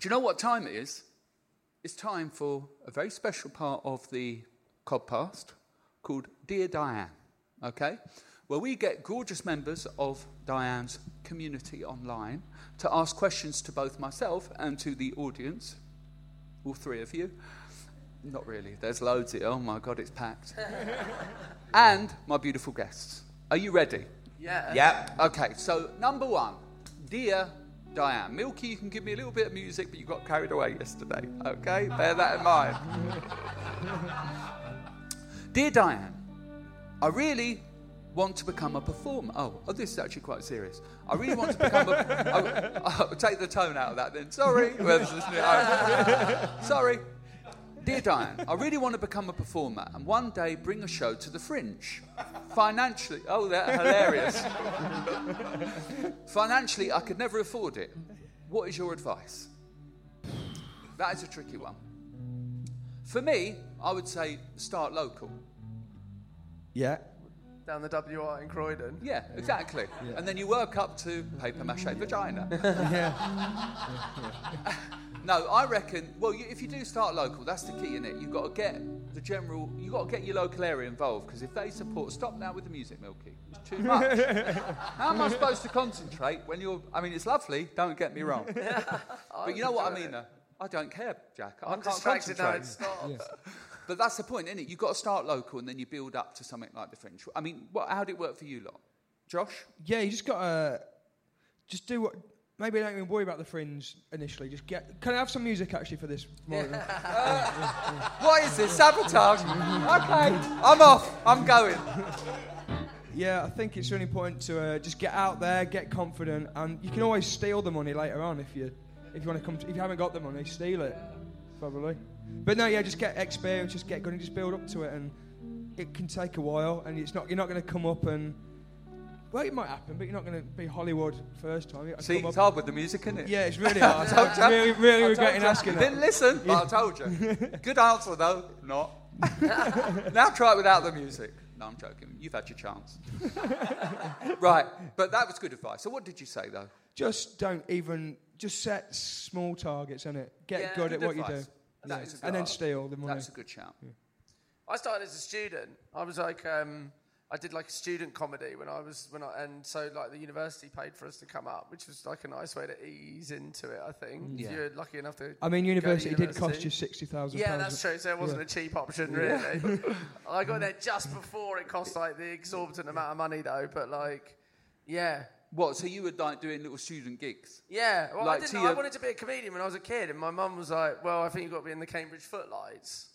Speaker 1: Do you know what time it is? It's time for a very special part of the podcast called Dear Diane. Okay? Where we get gorgeous members of Diane's community online to ask questions to both myself and to the audience, all three of you. Not really, there's loads here. Oh my God, it's packed. and my beautiful guests. Are you ready?
Speaker 2: Yeah.
Speaker 3: Yep.
Speaker 1: Okay, so number one, dear Diane. Milky, you can give me a little bit of music, but you got carried away yesterday. Okay, bear that in mind. dear Diane, I really want to become a performer. Oh, oh, this is actually quite serious. I really want to become a. Oh, oh, take the tone out of that then. Sorry. Whoever's listening at home. Sorry. Dear Diane, I really want to become a performer and one day bring a show to the fringe. Financially, oh, they're hilarious. Financially, I could never afford it. What is your advice? That is a tricky one. For me, I would say start local.
Speaker 4: Yeah.
Speaker 2: Down the WR in Croydon.
Speaker 1: Yeah, exactly. And then you work up to paper mache vagina.
Speaker 4: Yeah.
Speaker 1: No, I reckon. Well, you, if you do start local, that's the key in it. You've got to get the general. You've got to get your local area involved because if they support, stop now with the music, Milky. It's too much. How am I supposed to concentrate when you're? I mean, it's lovely. Don't get me wrong. but you know what I mean. though? I don't care, Jack. I
Speaker 2: I'm
Speaker 1: can't
Speaker 2: distracted now.
Speaker 1: concentrate.
Speaker 2: It stops.
Speaker 1: But that's the point, isn't it? You've got to start local and then you build up to something like the French. I mean, what, how'd it work for you lot? Josh?
Speaker 4: Yeah, you just gotta just do what. Maybe don't even worry about the fringe initially. Just get. Can I have some music actually for this? Morning?
Speaker 1: What is this? Sabotage? okay, I'm off. I'm going.
Speaker 4: yeah, I think it's really important to uh, just get out there, get confident, and you can always steal the money later on if you if you want to come. To, if you haven't got the money, steal it probably. But no, yeah, just get experience, just get good, and just build up to it, and it can take a while, and it's not you're not going to come up and. Well, it might happen, but you're not going to be Hollywood first time. You've got to
Speaker 1: See,
Speaker 4: come
Speaker 1: it's
Speaker 4: up-
Speaker 1: hard with the music, isn't it?
Speaker 4: Yeah, it's really hard. I'm really, really regretting asking
Speaker 1: you
Speaker 4: that.
Speaker 1: didn't listen, but I told you. Good answer, though. Not. now try it without the music. No, I'm joking. You've had your chance. right, but that was good advice. So, what did you say, though?
Speaker 4: just don't even just set small targets on it. Get
Speaker 2: Yeah,
Speaker 4: good at
Speaker 1: Good
Speaker 4: what you do,
Speaker 1: advice. That is a good
Speaker 4: and then
Speaker 1: answer.
Speaker 4: steal the money.
Speaker 1: That's a good shout.
Speaker 2: I started as a student. I was like, um, I did like a student comedy when I was when I and so like the university paid for us to come up, which was like a nice way to ease into it. I think if you're lucky enough to.
Speaker 4: Mm, I mean,
Speaker 2: go to
Speaker 4: university, did cost
Speaker 2: university.
Speaker 4: you sixty thousand.
Speaker 2: Yeah, that's true. So it wasn't a cheap option, really. I got there just before it cost like the exorbitant amount of money, though. But like, yeah,
Speaker 1: What? So, you were like doing little student gigs?
Speaker 2: yeah. Well,
Speaker 1: Like,
Speaker 2: I
Speaker 1: to
Speaker 2: didn't. I
Speaker 1: your-
Speaker 2: wanted to be a comedian when I was a kid, and my mum was like, "Well, I think you've got to be in the Cambridge Footlights."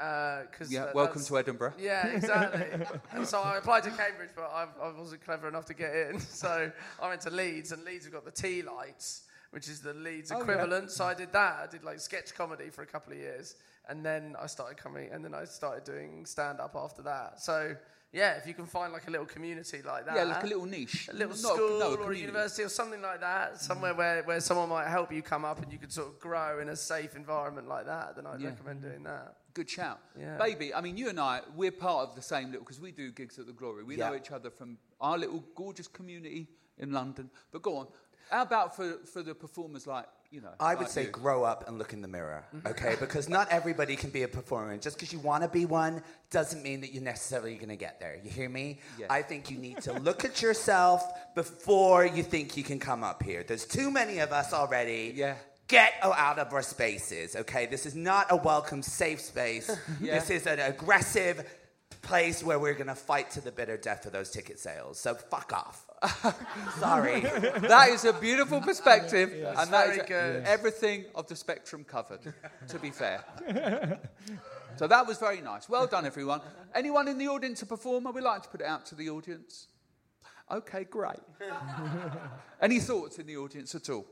Speaker 2: uh, Because
Speaker 1: Yeah, welcome to Edinburgh.
Speaker 2: Yeah, exactly. and so I applied to Cambridge, but I, I wasn't clever enough to get in. So I went to Leeds, and Leeds have got the tea lights, which is the Leeds
Speaker 1: Oh,
Speaker 2: equivalent. So I did that. I did like sketch comedy for a couple of years, and then I started coming, and then I started doing stand up after that. So yeah, if you can find like a little community like that,
Speaker 1: Yeah, like a little niche.
Speaker 2: a little
Speaker 1: Not a-
Speaker 2: school
Speaker 1: no, a
Speaker 2: or a
Speaker 1: community. Mm.
Speaker 2: university or something like that, somewhere where, where someone might help you come up and you could sort of grow in a safe environment like that, then I'd
Speaker 1: Yeah.
Speaker 2: recommend doing that.
Speaker 1: Good shout.
Speaker 2: Yeah.
Speaker 1: Baby, I mean, you and I, we're part of the same little, because we do gigs at the Glory. We know
Speaker 3: Yeah.
Speaker 1: each other from our little gorgeous community in London. But go on. How about for, for the performers like, you know?
Speaker 3: I would
Speaker 1: like
Speaker 3: say
Speaker 1: you? Mm-hmm.
Speaker 3: grow up and look in the mirror, okay? Because not everybody can be a performer. And just because you want to be one doesn't mean that you're necessarily going to get there. You hear me? I think you need to look at yourself before you think you can come up here. There's too many of us already.
Speaker 1: Yeah.
Speaker 3: Get o- out of our spaces, okay? This is not a welcome, safe space. This is an aggressive place where we're going to fight to the bitter death for those ticket sales. So fuck off. Sorry.
Speaker 1: that is a beautiful perspective, and that is uh,
Speaker 2: Very good.
Speaker 1: everything of the spectrum covered. To be fair, so that was very nice. Well done, everyone. Anyone in the audience a performer? We like to put it out to the audience. Okay, great. Any thoughts in the audience at all?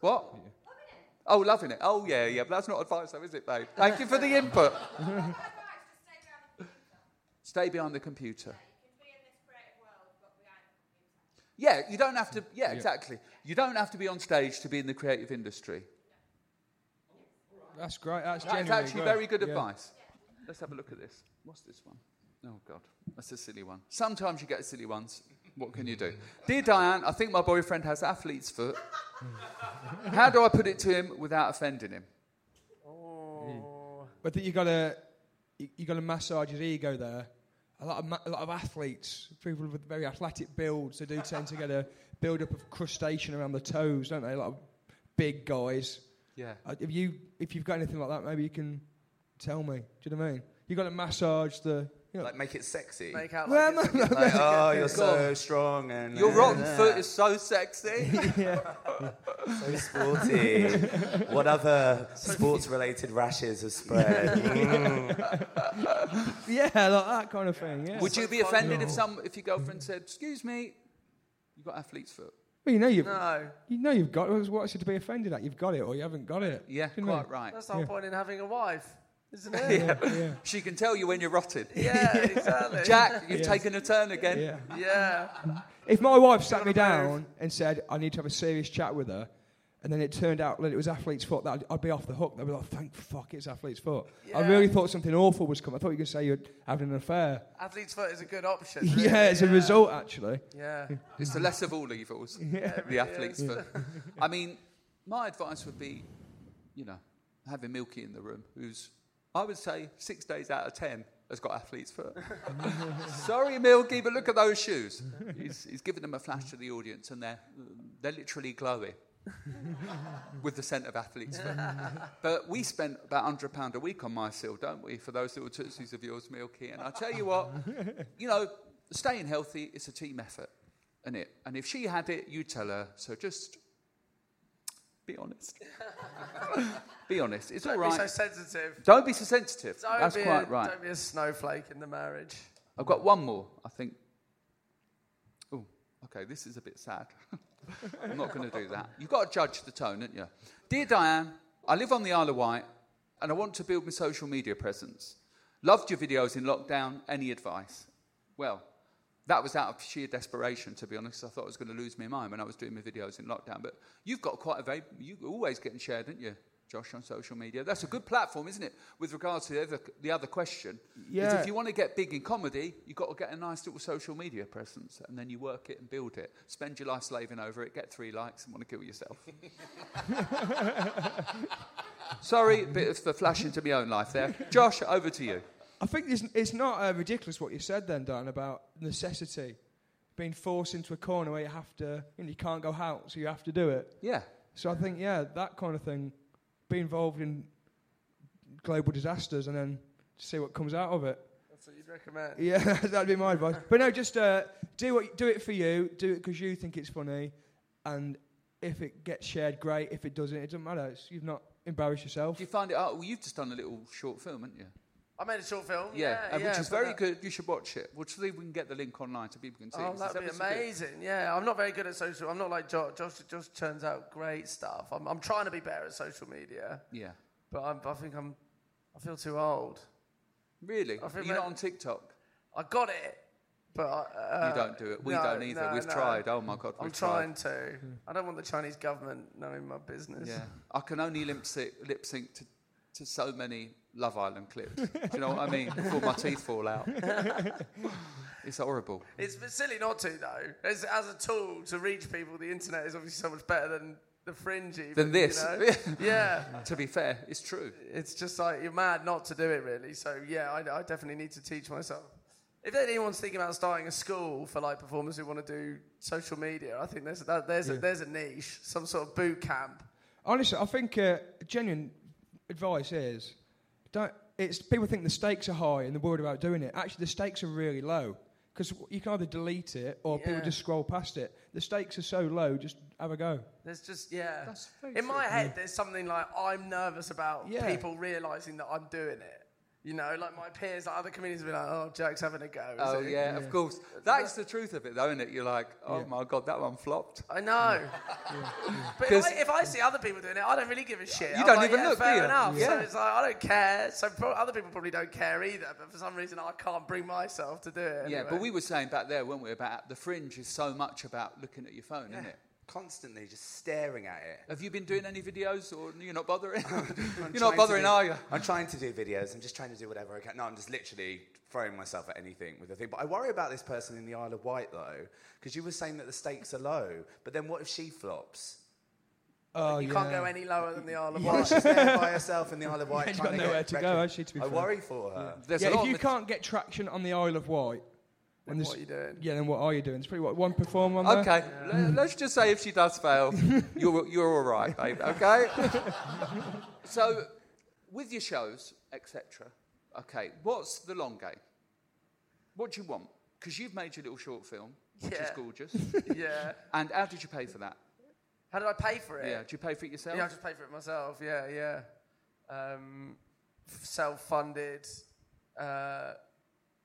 Speaker 1: What? Oh, loving it. Oh, yeah, yeah. But that's not advice, though, is it, babe? Thank you for the input. Stay behind the computer. Yeah, you don't have to. Yeah, exactly. You don't have to be on stage to be in the creative industry.
Speaker 4: That's great. That's,
Speaker 1: That's
Speaker 4: genuinely
Speaker 1: actually
Speaker 4: great.
Speaker 1: very good
Speaker 4: Yeah.
Speaker 1: advice. Let's have a look at this. What's this one? Oh God, that's a silly one. Sometimes you get silly ones. What can you do? Dear Diane, I think my boyfriend has athlete's foot. How do I put it to him without offending him?
Speaker 4: But that you gotta you, you gotta massage his ego there. A lot of ma- a lot of athletes, people with very athletic builds, they do tend to get a build up of crustacean around the toes, don't they? A lot of big guys.
Speaker 1: Yeah.
Speaker 4: Uh, If you if you've got anything like that, maybe you can tell me. Do you know what I mean? You got to massage the. You know,
Speaker 3: like, make it sexy.
Speaker 2: Make out
Speaker 4: Well,
Speaker 2: like it's-
Speaker 3: Like, oh, you're so strong and
Speaker 1: Your rotten foot is so sexy.
Speaker 3: so sporty. what other sports-related rashes have spread?
Speaker 4: yeah, like that kind of thing. Yeah.
Speaker 1: Would you be offended if some if your girlfriend said, "Excuse me, you've got athlete's foot"?
Speaker 4: well, you know you've
Speaker 2: No,
Speaker 4: you know you've got. it. What's it to be offended at? You've got it or you haven't got it.
Speaker 1: Yeah,
Speaker 4: Do you know what I
Speaker 1: quite
Speaker 4: mean?
Speaker 1: right.
Speaker 2: that's the whole point in having a wife, isn't it? yeah.
Speaker 1: She can tell you when you're rotted.
Speaker 2: exactly.
Speaker 1: Jack, you've taken a turn again.
Speaker 4: Yeah.
Speaker 2: Yeah.
Speaker 4: If my wife sat me down and said, I need to have a serious chat with her, and then it turned out that it was athlete's foot, that I'd, I'd be off the hook. I'd be like, thank fuck it's athlete's foot. I
Speaker 2: Yeah.
Speaker 4: really thought something awful was coming. I thought you could say you're having an affair.
Speaker 2: Athlete's foot is a good option. really.
Speaker 4: yeah, as a result, actually.
Speaker 2: Yeah.
Speaker 1: It's the less of all evils. uh, The athlete's foot. I mean, my advice would be, you know, having Milky in the room, who's, I would say, six days out of ten has got athlete's foot. Sorry, Milky, but look at those shoes. He's, he's giving them a flash to the audience, and they're, they're literally glowing. with the centre of athletes. but we spent about £100 a week on myself, don't we, for those little tootsies of yours, Milky? And I tell you what, you know, staying healthy is a team effort, isn't it? And if she had it, you tell her. So just be honest. be honest. It's all
Speaker 2: Don't be so
Speaker 1: right.
Speaker 2: sensitive.
Speaker 1: Don't be so sensitive.
Speaker 2: Don't
Speaker 1: That's
Speaker 2: be a-
Speaker 1: quite right.
Speaker 2: Don't be a snowflake in the marriage.
Speaker 1: I've got one more, I think. Oh, okay, this is a bit sad. I'm not going to do that. You've got to judge the tone, haven't you? Dear Diane, I live on the Isle of Wight and I want to build my social media presence. Loved your videos in lockdown. Any advice? Well, that was out of sheer desperation, to be honest. I thought I was going to lose my mind when I was doing my videos in lockdown. But you've got quite a very, you always getting shared, aren't you, Josh, on social media? That's a good platform, isn't it? With regards to the other, the other question, is
Speaker 4: Yeah.
Speaker 1: if you want to get big in comedy, you've got to get a nice little social media presence, and then you work it and build it. Spend your life slaving over it, get three likes, and want to kill yourself. Sorry, bit of the flash into my own life there. Josh, over to you.
Speaker 4: I think it's, it's not uh, ridiculous what you said then, Dan, about necessity, being forced into a corner where you have to, you, know, you can't go out, so you have to do it.
Speaker 1: Yeah.
Speaker 4: So I think, yeah, that kind of thing, be involved in global disasters and then see what comes out of it.
Speaker 2: That's what you'd recommend.
Speaker 4: Yeah, that'd be my advice. But no, just uh, do what, do it for you, do it because you think it's funny, and if it gets shared, great. If it doesn't, it doesn't matter. It's, you've not embarrassed yourself.
Speaker 1: Do you find it out? Well, you've just done a little short film, haven't you?
Speaker 2: I made a short film.
Speaker 1: Yeah,
Speaker 2: Yeah,
Speaker 1: and which
Speaker 2: yeah,
Speaker 1: is
Speaker 2: but
Speaker 1: very
Speaker 2: that-
Speaker 1: good. You should watch it. We'll see if we can get the link online so people can see. it.
Speaker 2: Oh,
Speaker 1: This
Speaker 2: that'd be
Speaker 1: episode's good.
Speaker 2: amazing. Yeah, I'm not very good at social. I'm not like Josh. Josh just turns out great stuff. I'm, I'm trying to be better at social media,
Speaker 1: Yeah,
Speaker 2: but I'm, I think I'm. I feel too old.
Speaker 1: really.
Speaker 2: I think
Speaker 1: You're not
Speaker 2: that-
Speaker 1: on TikTok.
Speaker 2: I got it, but
Speaker 1: You
Speaker 2: I- uh,
Speaker 1: don't do it. We
Speaker 2: no,
Speaker 1: don't either.
Speaker 2: no,
Speaker 1: We've
Speaker 2: no.
Speaker 1: tried. Oh my god,
Speaker 2: I'm
Speaker 1: we've tried.
Speaker 2: trying to. I don't want the Chinese government knowing my business.
Speaker 1: Yeah, I can only lip sync, lip sync to, to so many Love Island clips. Do you know what I mean? Before my teeth fall out. it's horrible.
Speaker 2: It's bit silly not to though. As, as a tool to reach people, the internet is obviously so much better than the fringy.
Speaker 1: Than
Speaker 2: but, you
Speaker 1: this.
Speaker 2: know? yeah.
Speaker 1: To be fair, it's true.
Speaker 2: it's just like you're mad not to do it really so yeah i, I definitely need to teach myself if anyone's thinking about starting a school for like performers who want to do social media i think there's that, there's, a, there's a niche some sort of boot camp
Speaker 4: Honestly, I think uh, genuine advice is don't. It's people think the stakes are high and they're worried about doing it. Actually, the stakes are really low because you can either delete it or people
Speaker 2: Yeah.
Speaker 4: just scroll past it. The stakes are so low, just have a go.
Speaker 2: there's just yeah
Speaker 1: That's very
Speaker 2: in my head
Speaker 1: Mm.
Speaker 2: there's something like i'm nervous about
Speaker 4: Yeah.
Speaker 2: people realizing that i'm doing it you know like my peers like other comedians will be like oh jack's having a go is
Speaker 1: Oh
Speaker 2: he?"
Speaker 1: yeah, of course. That's the truth of it, though, isn't it? You're like, oh my god, that one flopped.
Speaker 2: I know, but if
Speaker 1: 'Cause-
Speaker 2: I, if I see other people doing it, I don't really give a shit.
Speaker 1: You
Speaker 2: I'm
Speaker 1: don't
Speaker 2: like,
Speaker 1: even
Speaker 2: yeah,
Speaker 1: look, do
Speaker 2: fair
Speaker 1: you?
Speaker 2: enough. So
Speaker 1: Yeah.
Speaker 2: it's like I don't care. So pro- other people probably don't care either. But for some reason, I can't bring myself to do it.
Speaker 1: Yeah,
Speaker 2: anyway.
Speaker 1: but we were saying back there, weren't we, about the fringe is so much about looking at your phone, isn't it?
Speaker 3: Constantly just staring at it.
Speaker 1: Have you been doing any videos or you're not bothering?
Speaker 3: I'm
Speaker 1: you're
Speaker 3: trying
Speaker 1: not
Speaker 3: to
Speaker 1: bothering,
Speaker 3: do-
Speaker 1: are you?
Speaker 3: I'm trying to do videos. I'm just trying to do whatever I can. No, I'm just literally throwing myself at anything with a thing. But I worry about this person in the Isle of Wight, though, because you were saying that the stakes are low. But then what if she flops?
Speaker 4: Oh,
Speaker 2: you
Speaker 4: yeah.
Speaker 2: can't go any lower than the Isle of
Speaker 3: Well,
Speaker 2: Wight.
Speaker 3: she's there by herself in the Isle of Wight.
Speaker 4: she's
Speaker 3: trying
Speaker 4: got
Speaker 3: to
Speaker 4: nowhere
Speaker 3: get
Speaker 4: to go,
Speaker 3: recog-
Speaker 4: actually, to be
Speaker 3: I
Speaker 4: fair.
Speaker 3: worry for her.
Speaker 1: There's a
Speaker 4: yeah,
Speaker 1: lot
Speaker 4: if
Speaker 1: of
Speaker 4: you
Speaker 1: mat-
Speaker 4: can't get traction on the Isle of Wight, then
Speaker 2: what are you doing?
Speaker 4: Yeah, then what are you doing? It's probably what one performer. On there?
Speaker 1: Okay, le- let's just say if she does fail, you're, you're all right, babe, okay? so, with your shows, etc., okay, what's the long game? What do you want? Because you've made your little short film, which is
Speaker 2: Yeah.
Speaker 1: gorgeous.
Speaker 2: yeah.
Speaker 1: and how did you pay for that?
Speaker 2: How did I pay for it?
Speaker 1: Yeah, do you pay for it yourself?
Speaker 2: Yeah, I just paid for it myself. Yeah, yeah. Um, f- self-funded. Uh,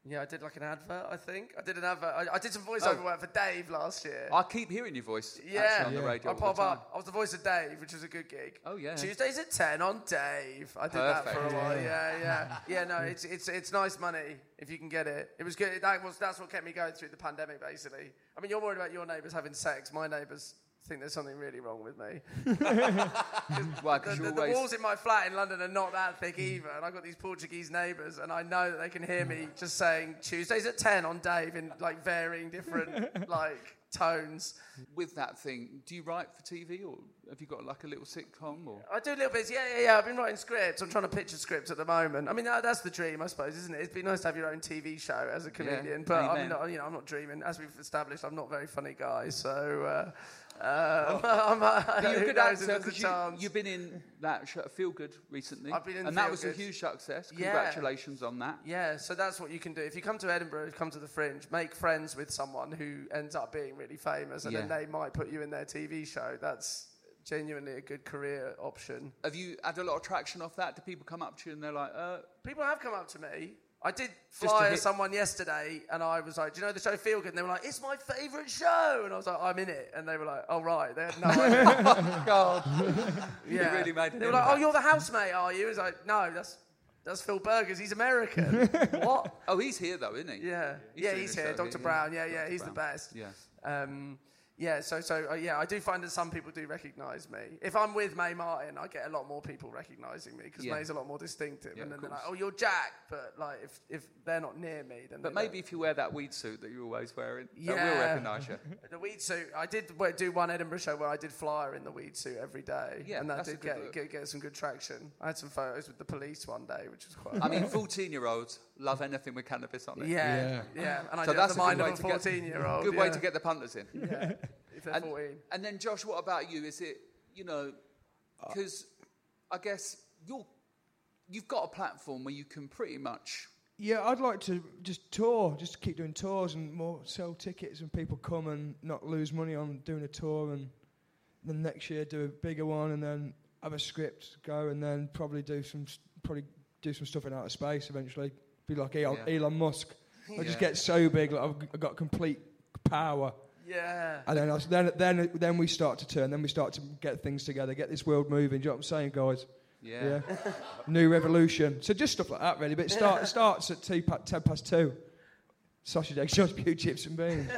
Speaker 2: yeah, I did like an advert. I think I did an advert. I, I did some voiceover
Speaker 1: Oh.
Speaker 2: work for Dave last year.
Speaker 1: I keep hearing your voice actually,
Speaker 2: Yeah,
Speaker 1: on the radio.
Speaker 2: I
Speaker 1: all the
Speaker 2: pop
Speaker 1: time.
Speaker 2: up. I was the voice of Dave, which was a good gig.
Speaker 1: Oh, yeah.
Speaker 2: Tuesdays at ten on Dave. I did that for a
Speaker 1: Perfect.
Speaker 2: while. Yeah, yeah, yeah. No, it's it's it's nice money if you can get it. It was good. That was that's what kept me going through the pandemic, basically. I mean, you're worried about your neighbours having sex. My neighbours think there's something really wrong with me.
Speaker 1: Why?
Speaker 2: The,
Speaker 1: Because
Speaker 2: the,
Speaker 1: you're
Speaker 2: the
Speaker 1: always.
Speaker 2: walls in my flat in London are not that thick either, and I've got these Portuguese neighbours, and I know that they can hear me just saying Tuesdays at ten on Dave in like varying different like tones.
Speaker 1: with that thing, do you write for TV or have you got like a little sitcom or?
Speaker 2: I do little bits. Yeah, yeah, yeah. I've been writing scripts. I'm trying to picture scripts at the moment. I mean, that, that's the dream, I suppose, isn't it? It'd be nice to have your own TV show as a comedian, but I'm
Speaker 1: Amen.
Speaker 2: not, you know, I'm not dreaming. As we've established, I'm not a very funny guy, so uh, Um, I'm, I
Speaker 1: Oh. But you're a good
Speaker 2: knows
Speaker 1: actor
Speaker 2: if there's a
Speaker 1: 'cause you,
Speaker 2: chance.
Speaker 1: you've been in that sh- Feel Good recently.
Speaker 2: I've been in
Speaker 1: and that
Speaker 2: Feel
Speaker 1: was
Speaker 2: Good.
Speaker 1: a huge success.
Speaker 2: Yeah.
Speaker 1: Congratulations on that.
Speaker 2: Yeah, so that's what you can do. If you come to Edinburgh, come to the Fringe, make friends with someone who ends up being really famous, and then
Speaker 1: Yeah.
Speaker 2: they might put you in their TV show. That's genuinely a good career option.
Speaker 1: Have you had a lot of traction off that? Do people come up to you and they're like, uh,
Speaker 2: People have come up to me. I did
Speaker 1: to
Speaker 2: fly
Speaker 1: hit-
Speaker 2: someone yesterday, and I was like, "Do you know the show Feel Good?" And they were like, "It's my favourite show," and I was like, "I'm in it," and they were like, "Oh right," they had no idea. Oh,
Speaker 1: God,
Speaker 2: yeah.
Speaker 1: really made an
Speaker 2: They were like, "Oh,
Speaker 1: impact.
Speaker 2: you're the housemate, are you?" I was like, "No, that's that's Phil Burgers. He's American." what?
Speaker 1: Oh, he's here though, isn't he?
Speaker 2: Yeah,
Speaker 1: He's
Speaker 2: yeah,
Speaker 1: doing
Speaker 2: he's
Speaker 1: a
Speaker 2: here,
Speaker 1: show
Speaker 2: Doctor Brown. Yeah, yeah,
Speaker 1: Dr.
Speaker 2: he's the
Speaker 1: Brown.
Speaker 2: best.
Speaker 1: Yeah.
Speaker 2: Um, yeah, so so uh, yeah, I do find that some people do recognise me. If I'm with Mae Martin, I get a lot more people recognising me because
Speaker 1: Yeah.
Speaker 2: Mae's a lot more distinctive.
Speaker 1: Yeah,
Speaker 2: and
Speaker 1: of
Speaker 2: then they're like,
Speaker 1: course.
Speaker 2: "Oh, you're Jack," but like if if they're not near me, then
Speaker 1: But
Speaker 2: they
Speaker 1: maybe if you wear that weed suit that you're always wearing, yeah.
Speaker 2: Yeah.
Speaker 1: we'll recognise you.
Speaker 2: don't. the weed suit. I did w- do one Edinburgh show where I did flyer in the weed suit every day,
Speaker 1: Yeah,
Speaker 2: and that
Speaker 1: that's a
Speaker 2: did
Speaker 1: good
Speaker 2: get,
Speaker 1: look.
Speaker 2: get get some good traction. I had some photos with the police one day, which was quite.
Speaker 1: I mean, 14 year olds love anything with cannabis on it.
Speaker 2: yeah, yeah, and I
Speaker 1: So
Speaker 2: did
Speaker 1: that's
Speaker 2: have the
Speaker 1: a good
Speaker 2: mind
Speaker 1: way
Speaker 2: of a
Speaker 1: to get-
Speaker 2: fourteen-year-old.
Speaker 1: Good
Speaker 2: yeah,
Speaker 1: way to get the punters in.
Speaker 2: if they're
Speaker 1: And,
Speaker 2: fourteen.
Speaker 1: and then, Josh, what about you? Is it, you know, because I guess you're, you've got a platform where you can pretty much.
Speaker 4: Yeah, I'd like to just tour, just keep doing tours and more sell tickets and people come and not lose money on doing a tour and then next year do a bigger one and then have a script go and then probably do some s- probably do some stuff in outer space eventually. Be like Elon,
Speaker 1: Yeah.
Speaker 4: Elon Musk. I just get so big like I've g- I've got complete power.
Speaker 2: Yeah.
Speaker 4: And then, I s- then, then, then we start to turn. Then we start to get things together, get this world moving. Do you know what I'm saying, guys?
Speaker 1: Yeah.
Speaker 4: New revolution. So just stuff like that, really. But it start, starts at tea pa- 10 past two. Sausage, eggs, sausage, pew, chips, and beans.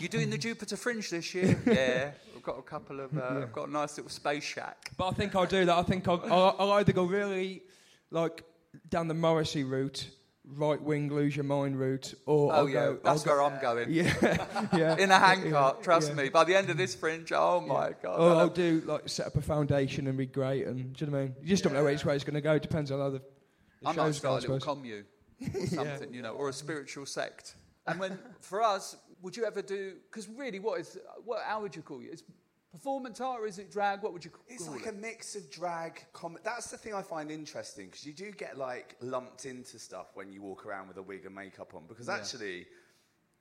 Speaker 1: You're doing the Jupiter Fringe this year? yeah. I've got a couple of, uh, I've got a nice little space shack.
Speaker 4: but I think I'll do that. I think I'll, I'll, I'll either go really, like, down the Morrissey route, right wing, lose your mind route, or
Speaker 1: Oh,
Speaker 4: I'll
Speaker 1: yeah.
Speaker 4: go.
Speaker 1: That's
Speaker 4: I'll
Speaker 1: where
Speaker 4: go,
Speaker 1: I'm going.
Speaker 4: Yeah, yeah.
Speaker 1: In a handcart, trust
Speaker 4: yeah.
Speaker 1: me. By the end of this fringe, oh my God.
Speaker 4: Or I'll do like set up a foundation and be great, and do you know what I mean? You just don't know which way it's going to go. Depends on how the, the
Speaker 1: I might
Speaker 4: show's going, I
Speaker 1: start a little
Speaker 4: suppose.
Speaker 1: commune or something, you know, or a spiritual sect. And when for us, would you ever do? Because really, what is what? How would you call it? Is performance art? Or is it drag? What would you call
Speaker 3: It's
Speaker 1: it?
Speaker 3: like a mix of drag, comedy. That's the thing I find interesting because you do get like lumped into stuff when you walk around with a wig and makeup on. Because actually,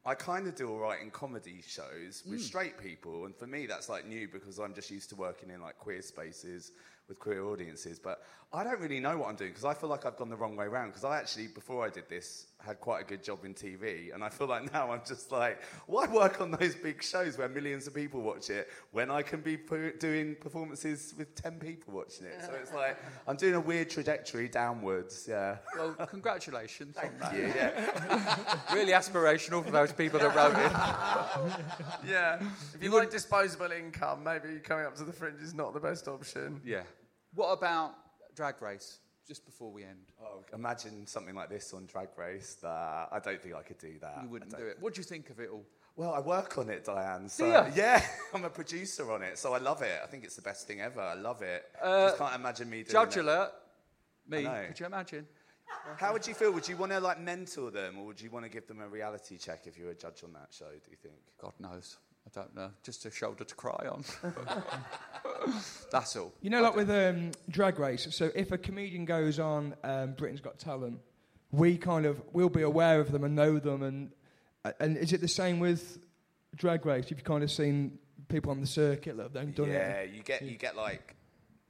Speaker 3: I kind of do all right in comedy shows with straight people, and for me that's like new because I'm just used to working in like queer spaces with queer audiences. But I don't really know what I'm doing because I feel like I've gone the wrong way around. Because I actually before I did this had quite a good job in TV, and I feel like now I'm just like, why work on those big shows where millions of people watch it when I can be pu- doing performances with ten people watching it? So it's like I'm doing a weird trajectory downwards. Yeah,
Speaker 1: Well, congratulations on that.
Speaker 3: yeah, yeah.
Speaker 1: Really aspirational for those people that wrote it.
Speaker 2: Yeah. If you like disposable income, maybe coming up to the fringe is not the best option.
Speaker 1: Yeah. What about Drag Race? Just before we end,
Speaker 3: Oh, imagine something like this on Drag Race. That I don't think I could do that.
Speaker 1: you wouldn't
Speaker 3: I
Speaker 1: do
Speaker 3: don't-
Speaker 1: it. What do you think of it all?
Speaker 3: Well, I work on it, Diane. So
Speaker 1: ya?
Speaker 3: yeah, I'm a producer on it, so I love it. I think it's the best thing ever. I love it. Just can't imagine me doing
Speaker 1: Uh, Judge
Speaker 3: it.
Speaker 1: alert. Me?
Speaker 3: know.
Speaker 1: Could you imagine?
Speaker 3: How would you feel? Would you want to like mentor them, or would you want to give them a reality check if you were a judge on that show? Do you think?
Speaker 1: God knows. I don't know. Just a shoulder to cry on. That's all.
Speaker 4: You know, like with um, Drag Race. So if a comedian goes on um, Britain's Got Talent, we kind of we'll be aware of them and know them. And and is it the same with Drag Race? You've kind of seen people on the circuit that have then done
Speaker 3: yeah,
Speaker 4: it.
Speaker 3: you get you get like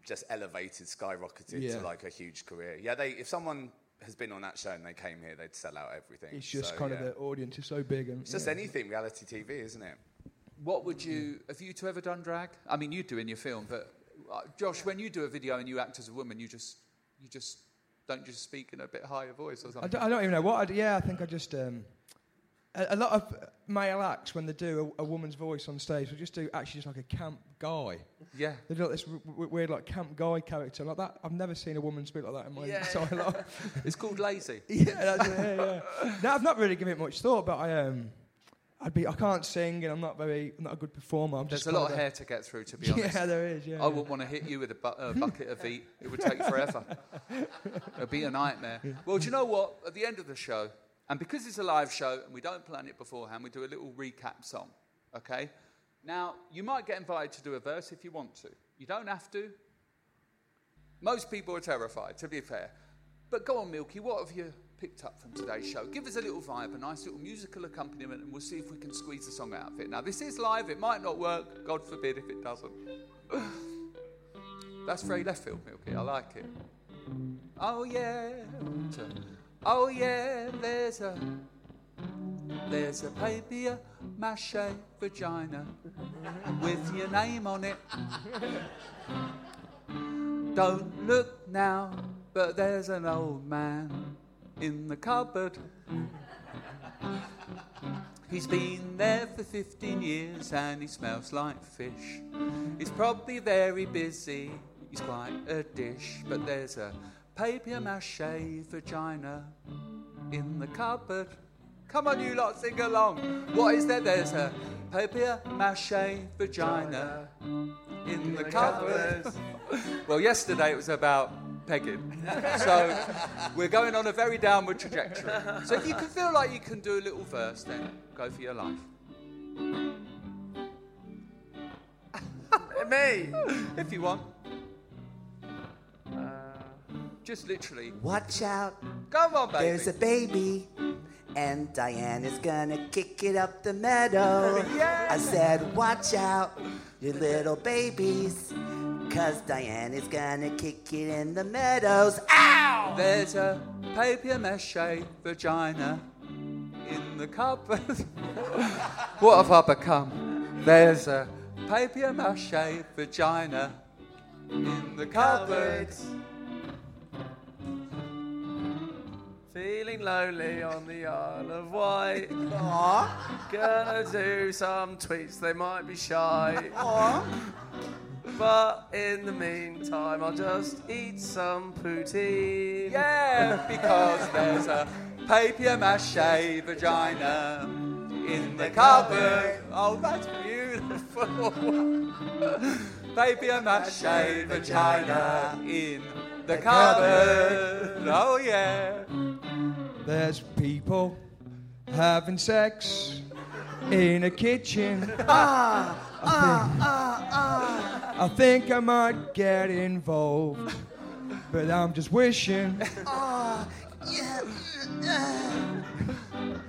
Speaker 3: just elevated, skyrocketed
Speaker 4: Yeah.
Speaker 3: to like a huge career. Yeah, they if someone has been on that show and they came here, they'd sell out everything.
Speaker 4: It's just
Speaker 3: So,
Speaker 4: kind
Speaker 3: yeah.
Speaker 4: of the audience is so big. And
Speaker 3: It's just anything reality TV, isn't it?
Speaker 1: What would you have you two ever done drag? I mean, you do in your film, but uh, Josh, when you do a video and you act as a woman, you just you just don't just speak in a bit higher voice or
Speaker 4: I,
Speaker 1: something.
Speaker 4: don't, I don't even know what. I'd, yeah, I think I just um, a, a lot of male acts when they do a, a woman's voice on stage, will just do actually just like a camp guy.
Speaker 1: yeah,
Speaker 4: They do like this w- w- weird like camp guy character like that. I've never seen a woman speak like that in my
Speaker 2: Yeah.
Speaker 4: entire life.
Speaker 1: it's called lazy.
Speaker 4: Yeah, that's it. Yeah, yeah. No, I've not really given it much thought, but I um, I'd be I can't sing and I'm not very I'm not a good performer. I'm
Speaker 1: There's
Speaker 4: just
Speaker 1: a lot of
Speaker 4: kinda-
Speaker 1: hair to get through, to be honest.
Speaker 4: Yeah, there is. Yeah,
Speaker 1: I wouldn't want to hit you with a bu- uh, bucket of heat. It would take forever. It'd be a nightmare. Well, do you know what? At the end of the show, and because it's a live show and we don't plan it beforehand, we do a little recap song, okay? Now, you might get invited to do a verse if you want to. You don't have to. Most people are terrified, to be fair. But go on, Milky, what have you picked up from today's show? Give us a little vibe, a nice little musical accompaniment, and we'll see if we can squeeze a song out of it. Now, this is live, it might not work, God forbid if it doesn't. That's very left field, Milky, I like it. Oh, yeah. Oh, yeah, there's a. There's a papier mache vagina with your name on it. Don't look now, but there's an old man in the cupboard. He's been there for 15 years and he smells like fish. He's probably very busy, he's quite a dish, but there's a papier mache vagina in the cupboard. Come on, you lot, sing along. What is there? There's a papier mache vagina in the cupboard. Well, yesterday it was about pegging. So we're going on a very downward trajectory. So if you can feel like you can do a little verse, then go for your life.
Speaker 2: Me.
Speaker 1: If you want. Just literally.
Speaker 5: Uh. Watch out,
Speaker 1: Come on, baby.
Speaker 5: there's a baby. And Diana's gonna kick it up the meadow. I said, watch out, you little babies. Cause Diana's gonna kick it in the meadows. Ow!
Speaker 1: There's a papier mache vagina in the cupboard. what have I become? There's a papier mache vagina in the cupboard.
Speaker 2: Feeling lonely on the Isle of Wight. Gonna do some tweets, they might be shy. But in the meantime, I'll just eat some poutine.
Speaker 1: Yeah, because there's a papier mache vagina in the cupboard. Oh, that's beautiful. papier mache vagina in the cupboard. Oh, yeah.
Speaker 4: There's people having sex in a kitchen. Ah, ah, ah, ah. I think I might get involved, but I'm just wishing. Ah, yeah.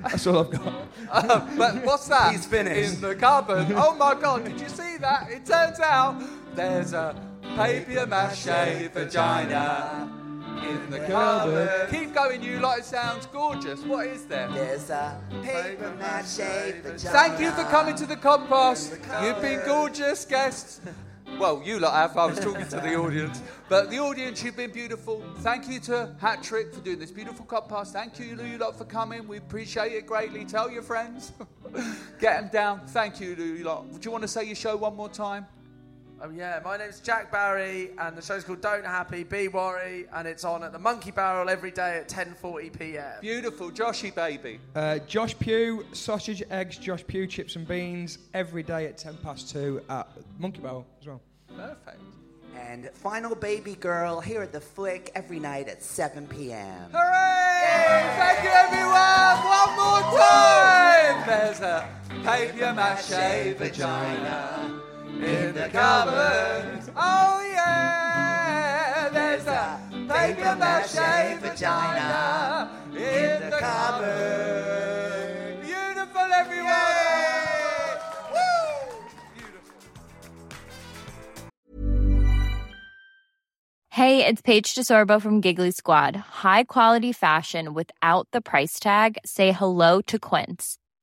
Speaker 4: That's all I've got.
Speaker 1: But what's that?
Speaker 3: He's finished.
Speaker 1: In the cupboard. Oh my god, did you see that? It turns out there's a papier mache vagina in the cupboard. Keep going, you lot. It sounds gorgeous. What is there?
Speaker 5: There's a paper mache vagina.
Speaker 1: Thank you for coming to the compost. You've been gorgeous guests. Well, you lot have. I was talking to the audience. But the audience, you've been beautiful. Thank you to Hattrick for doing this beautiful compost. Thank you, you lot, for coming. We appreciate it greatly. Tell your friends. Get them down. Thank you, you lot. Do you want to say your show one more time?
Speaker 2: Oh yeah, my name's Jack Barry, and the show's called Don't Happy, Be Worry, and it's on at the Monkey Barrel every day at 10:40 p.m.
Speaker 1: Beautiful. Joshy Baby.
Speaker 4: Uh, Josh Pugh, sausage, eggs, Josh Pugh, chips and beans, every day at 10 past 2 at Monkey Barrel as well.
Speaker 1: Perfect.
Speaker 5: And final baby girl here at the flick every night at 7 p.m.
Speaker 1: Hooray! Thank you, everyone. One more time. There's a papier mache vagina in the cupboard. Oh yeah. There's a papier mache vagina in the cupboard. Beautiful, everyone. Woo! Beautiful.
Speaker 6: Hey, it's Paige DeSorbo from Giggly Squad. High quality fashion without the price tag. Say hello to Quince.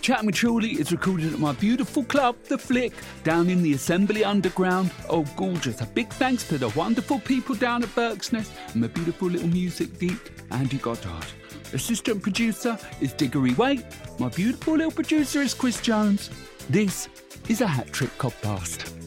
Speaker 1: Chatting with Truly is recorded at my beautiful club, The Flick, down in the Assembly Underground. Oh, gorgeous. A big thanks to the wonderful people down at Berksness and my beautiful little music geek, Andy Goddard. Assistant producer is Diggory Waite. My beautiful little producer is Chris Jones. This is a hat trick podcast.